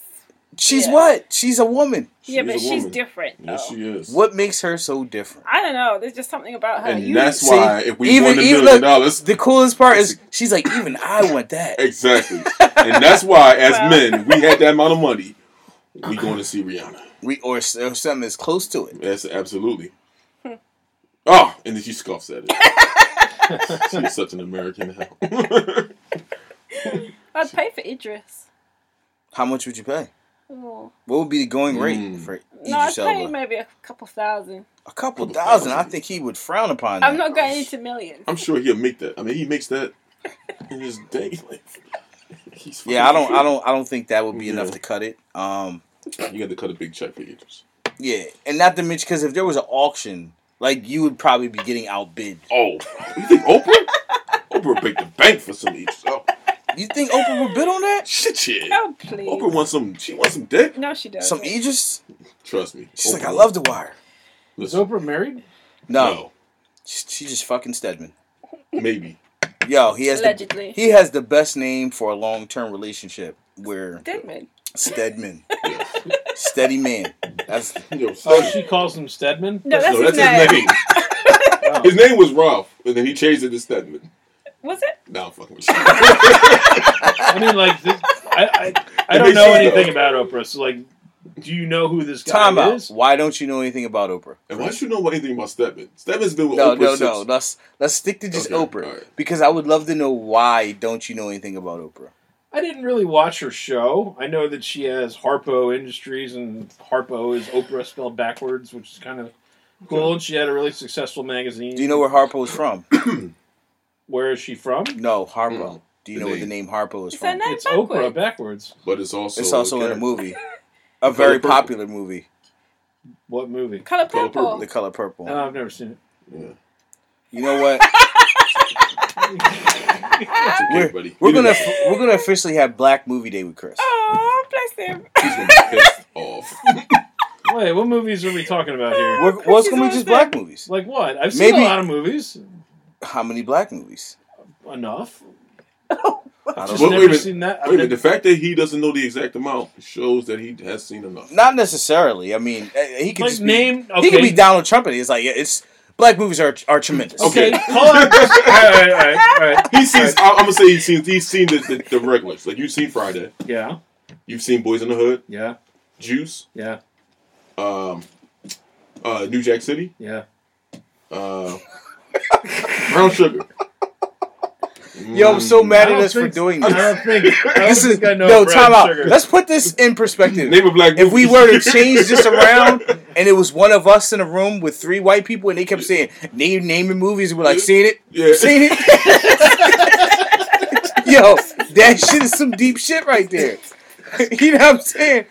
she's
yeah.
what? She's a woman.
yeah,
She's
but
a
she's
woman.
different.
Yes,
though.
she is.
What makes her so different?
I don't know. There's just something about her.
And
You-
that's
see,
why if we
even-
won a
even-
million
look,
dollars,
The coolest part is she's like, even I want that.
exactly. and that's why as
Well.
men, we had that amount of money, we going to see Rihanna.
We or, s- or something as close to it.
Yes, absolutely. Oh, and then she scoffs at it. she is such an American.
I'd pay for Idris.
How much would you pay?
Oh.
What would be the going rate
Mm.
for
No, I'd
Idris
pay
Elba?
maybe a couple
Oh
thousand.
A couple
Couple
thousand. I
thousand.
think he would frown upon that.
I'm not going into millions.
I'm sure he'll make that. I mean, he makes that in his day. Like, he's
Yeah, I don't, I don't, I don't think that would be
Yeah.
enough to cut it. Um,
don't. You got to cut a big check for Idris.
yeah, and not to mention because if there was an auction, like you would probably be getting outbid.
Oh, you think Oprah? Oprah break the bank for some Idris. Oh,
You think Oprah would bid on that?
shit, yeah.
Oh please.
Oprah wants some. She wants some E dick.
No, she does.
Some Idris?
Trust me.
She's like,
Oprah
I love The Wire.
wants-
Is
Listen,
Oprah married?
No, she she just fucking Stedman.
no, maybe.
Yo, he has
Allegedly.
The, he has the best name for a long term relationship. Where
Deadman.
Stedman,
Yeah.
steady man. That's
Yo,
Oh, she calls him Stedman?
No, that's,
no, that's
his, name.
his name.
Oh.
His name was Ralph, and then he changed it to Stedman.
Was it?
Now I'm fucking with you.
I mean, like, th- I, I, I
It
don't
makes
know
sense,
anything
though.
about Oprah. So, like, do you know who this guy
time out.
is?
Why don't you know anything about Oprah?
And why should you know anything about Stedman? Stedman's been with
No,
Oprah
no,
since.
no. Let's let's stick to just
Okay,
Oprah
alright.
because I would love to know why don't you know anything about Oprah?
I didn't really watch her show. I know that she has Harpo Industries, and Harpo is Oprah spelled backwards, which is kind of cool. And she had a really successful magazine.
Do you know where Harpo is from?
where is she from?
No, Harpo.
Mm.
Do you
The
know where the
name.
name Harpo is
Is that
from?
not
It's
backwards?
Oprah backwards.
But it's also
It's also in a
character.
movie, a very
Purple.
popular movie,
What movie?
Color
Color
purple.
The Color Purple.
Oh, I've never seen it.
Yeah.
you know what?
It's okay,
We're,
buddy.
we're
He
gonna
didn't-
f- we're gonna officially have Black Movie Day with Chris.
Oh, bless him.
He's gonna be pissed off.
Wait, what movies are we talking about here?
We're, well, it's
Chris
gonna be
is
just
always
black movies.
Like what? I've seen
Maybe-
a lot of movies.
How many black movies?
Enough.
I
I've
don't
just
know.
Wait, wait a
never
minute.
seen that.
Wait
I've
a minute.
never-
The fact that he doesn't know the exact amount shows that he has seen enough.
Not necessarily. I mean, eh, he could
like
just be,
name. Okay.
he could be Donald Trump, and he's like, yeah, it's Black movies are are tremendous.
Okay.
all right, all right, all right.
He sees. I, I'm gonna say he's seen. He's seen the, the, the regulars. Like you've seen Friday.
Yeah,
You've seen Boys in the Hood,
yeah,
Juice,
yeah,
um, uh, New Jack City,
yeah.
uh, Brown Sugar.
Yo, I'm so
Mm,
I
mad at
don't
us for
think-
doing
I
this.
don't think. I don't
This is
think I know
no
brown
time out.
sugar.
Let's put this in perspective.
Name a black.
if we
movie.
were to change this around and it was one of us in a room with three white people and they kept saying name naming movies and we're like seen it
yeah.
seen it yo that shit is some deep shit right there you know what I'm saying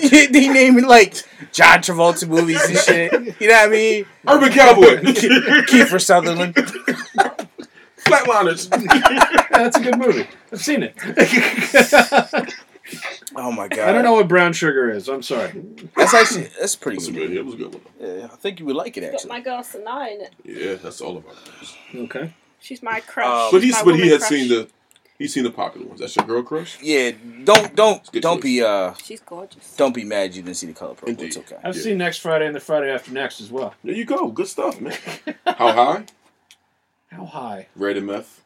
they naming like John Travolta movies and shit you know what I mean
Urban Cowboy,
Kiefer Sutherland
Flatliners.
Yeah, that's a good movie. I've seen it.
oh my god
I don't know what brown sugar is. I'm sorry.
that's actually that's pretty
That's a
good
good. That was a good one.
Yeah, I think you would like it
Got
actually
my girl Sanaa in it.
Yeah, that's all of our. movies.
Okay.
She's my crush.
Um,
But he's
my
but
woman
he has
crush.
seen the he's seen the popular ones. That's your girl crush.
yeah don't don't
good
don't
choice.
be uh
She's gorgeous.
don't be mad you didn't see the color purple it's
Indeed.
okay
I've
Yeah.
seen next Friday and the Friday after next as well.
There you go. Good stuff, man. How high?
How high?
Red and meth.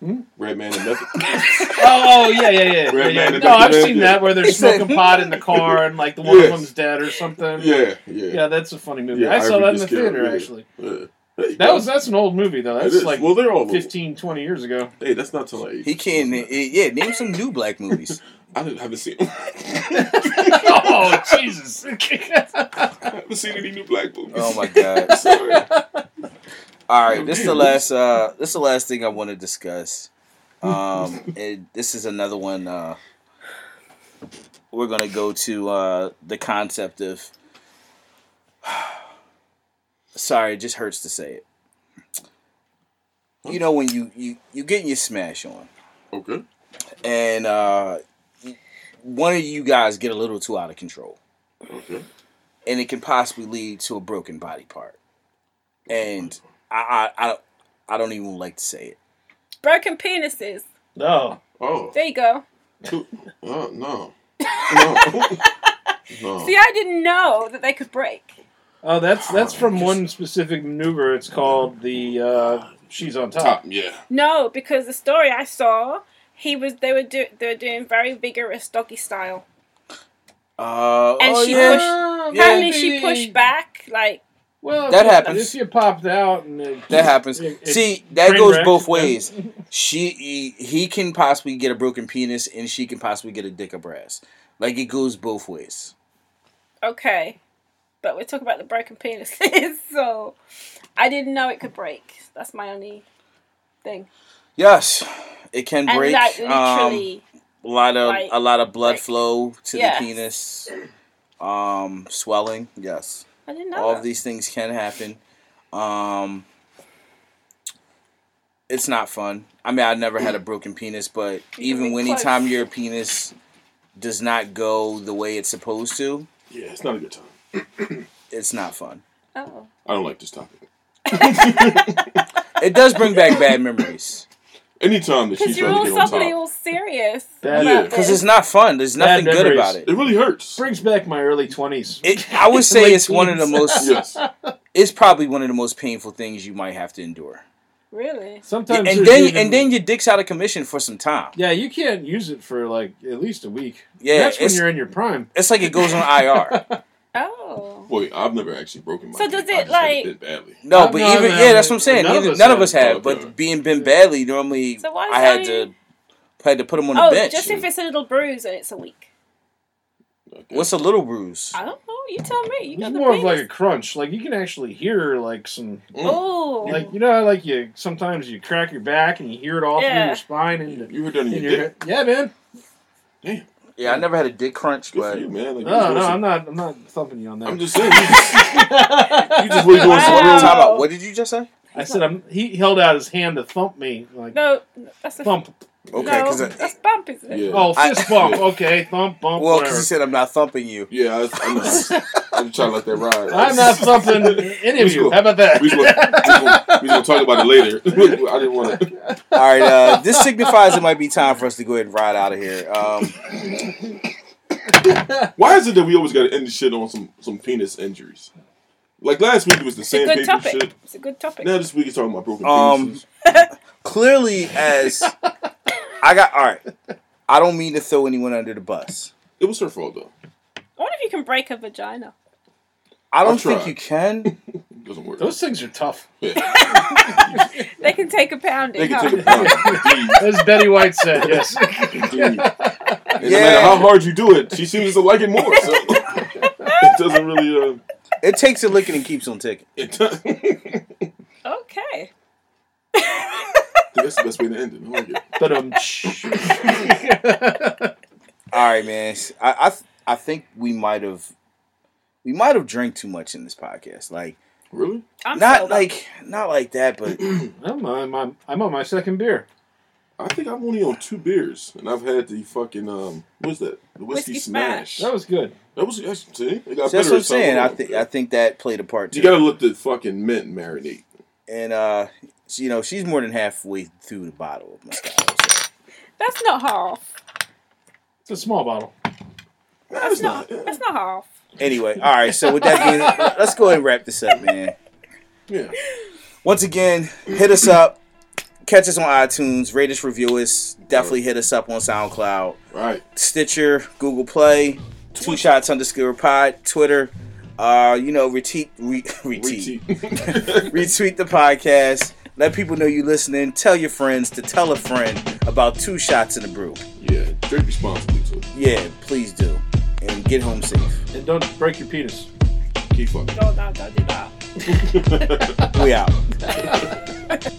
Hmm?
Red man and meth.
Oh, oh yeah, yeah, yeah. yeah,
Red
yeah.
Man,
No, I've
Red
seen
Man.
that where they're
He said-
smoking pot in the car and like the one
Yes.
of them's dead or something.
yeah, yeah.
Yeah, that's a funny movie.
Yeah,
I saw
Ivory
that in the
Discount,
theater
yeah.
actually.
yeah. There you
That
go.
was that's an old movie though.
It
That's
is.
like
well, they're all
15, 20 years ago.
Hey, that's not till like
He can eh, yeah, name some new black movies.
I didn't- haven't seen. I
oh Jesus!
haven't seen any new black movies.
Oh my god.
Sorry.
All right, this is the last uh this is the last thing I want to discuss. Um and this is another one uh we're going to go to uh the concept of Sorry, it just hurts to say it. You know when you you you getting your smash on
Okay.
and uh one of you guys get a little too out of control.
Okay.
and it can possibly lead to a broken body part. And I, I, I, don't- I don't even like to say it.
Broken penises.
no,
Oh.
There you go.
Uh, no. No. no.
See, I didn't know that they could break.
oh that's that's from one specific maneuver. It's called the uh, she's on
Top.
top.
Yeah.
No, because the story I saw, he was they were do, they were doing very vigorous doggy style.
Uh,
And
oh,
she
yeah.
pushed- Apparently, she pushed back. Like
Well,
That
if you-
happens.
If you popped out and it,
That happens.
it- it
See, that
train
goes
wrecked,
both
then-
ways. She, he, he can possibly get a broken penis, and she can possibly get a dick of brass. Like it goes both ways.
okay, but we're talking about the broken penises, so I didn't know it could break. That's my only thing.
Yes, it can break.
and like
um,
literally,
a lot of
like,
a lot of blood
break.
flow to
Yes.
the penis. Um, swelling. Yes.
I didn't know.
all
that.
of these things can happen. Um, it's not fun. I mean, I never had a broken penis, but
You're
even
really
when
close.
anytime your penis does not go the way it's supposed to,
Yeah. It's not a good time.
it's not fun.
Oh,
I don't like this topic.
It does bring back bad memories
Anytime that she's
because you're
trying
all
to get on
suddenly
top,
all serious.
That-
about
Yeah.
because
this.
it's not fun. There's
Bad
nothing good
memories.
about it.
it really hurts.
brings back my early twenties.
It, I would say it's one of the most.
Yes.
It's probably one of the most painful things you might have to endure.
really.
Sometimes
and
there's
then,
even-
and then your dick's out of commission for some time.
yeah, you can't use it for like at least a week.
Yeah,
that's when
it's-
you're in your prime.
It's like it goes on IR.
Oh,
Wait, I've never actually broken my.
So
dick.
does
I
it,
just had
like-
bit badly?
No,
I've
but
not
even
had
yeah,
it.
that's what I'm saying.
None of
Neither-
us
None of
have.
us have,
Okay.
but being been badly, normally
So why
I had
don't
to
you-
had to put him on the
oh,
bench.
just if it's a little bruise and it's a week.
Okay.
What's a little bruise?
I don't know. You tell me. You
It's
got the
more of
penis.
like a crunch. Like you can actually hear like some
oh,
like you know how, like you sometimes you crack your back and you hear it all
Yeah.
through your spine and
you were done in
in
your
your
dick?
head. Yeah, man.
Yeah, I never had a dick crunch,
Good
but
for you, man. Like, you just
No,
want
no,
some-
I'm not. I'm not thumping you on that.
I'm just saying. You just, you just really doing some
Time
Wow.
real top.
out. What did you just say?
I said I'm, he held out his hand to thump me like
no, that's a
thump.
no,
Okay, because
that's bump, isn't it?
Yeah.
Oh,
I-
fist bump. Okay, thump, bump.
well, because
whatever.
he said I'm not thumping you.
Yeah, I was, I'm, not, I'm trying to let that ride.
I'm not thumping any of you. How about
We just gonna,
that?
we just gonna talk about it later. I didn't want to.
All right, uh, this signifies it might be time for us to go ahead and ride out of here. Um,
Why is it that we always got to end the shit on some some penis injuries? Like last week it was the
It's a good
sandpaper
topic.
shit.
It's a good topic.
Now this week it's talking about broken
Um,
pieces.
Clearly, as I got, all right. I don't mean to throw anyone under the bus.
It was her fault though.
I wonder if you can break a vagina.
I
I'll
don't think
try.
you can.
Doesn't work.
Those things are tough.
Yeah.
They can take a pounding.
they can
huh?
take a pound.
As Betty White said, yes.
Indeed. Indeed. And no
Yeah.
matter how hard you do it, she seems to like it more. So it doesn't really. Uh,
It takes a licking and keeps on ticking.
it does.
okay.
That's the best way to end it. I like it.
But um,
All right, man. I I, th- I think we might have we might have drank too much in this podcast. Like
Really?
I'm
not
sold up.
like not like that, but
I'm, I'm, I'm, I'm on my second beer.
I think I'm only on two beers, and I've had the fucking um, what's that? The whiskey,
Whiskey
smash.
Smash.
That was good.
That was that's, see, it got
So that's
better
what I'm
as time
saying.
went
I
on.
think I think that played a part too.
you gotta let the fucking mint marinate.
and uh, she- you know, she's more than halfway through the bottle of Moscato. So.
That's not half.
It's a small bottle.
Nah, it's not.
That's not half.
Anyway, all right. So with that being, let's go ahead and wrap this up, man.
Yeah.
Once again, hit us up. Catch us on iTunes. Rate us, review us. Definitely hit us up on SoundCloud,
Right.
Stitcher, Google Play, Two Shots underscore Pod, Twitter. Uh, you know, retweet, re- retweet,
Retweet.
retweet the podcast. Let people know you listening. Tell your friends to tell a friend about Two Shots in the Brew.
yeah. Drink responsibly too.
Yeah, please do. And get home safe.
And don't break your penis.
Keep fucking.
No, no, don't do that.
We out.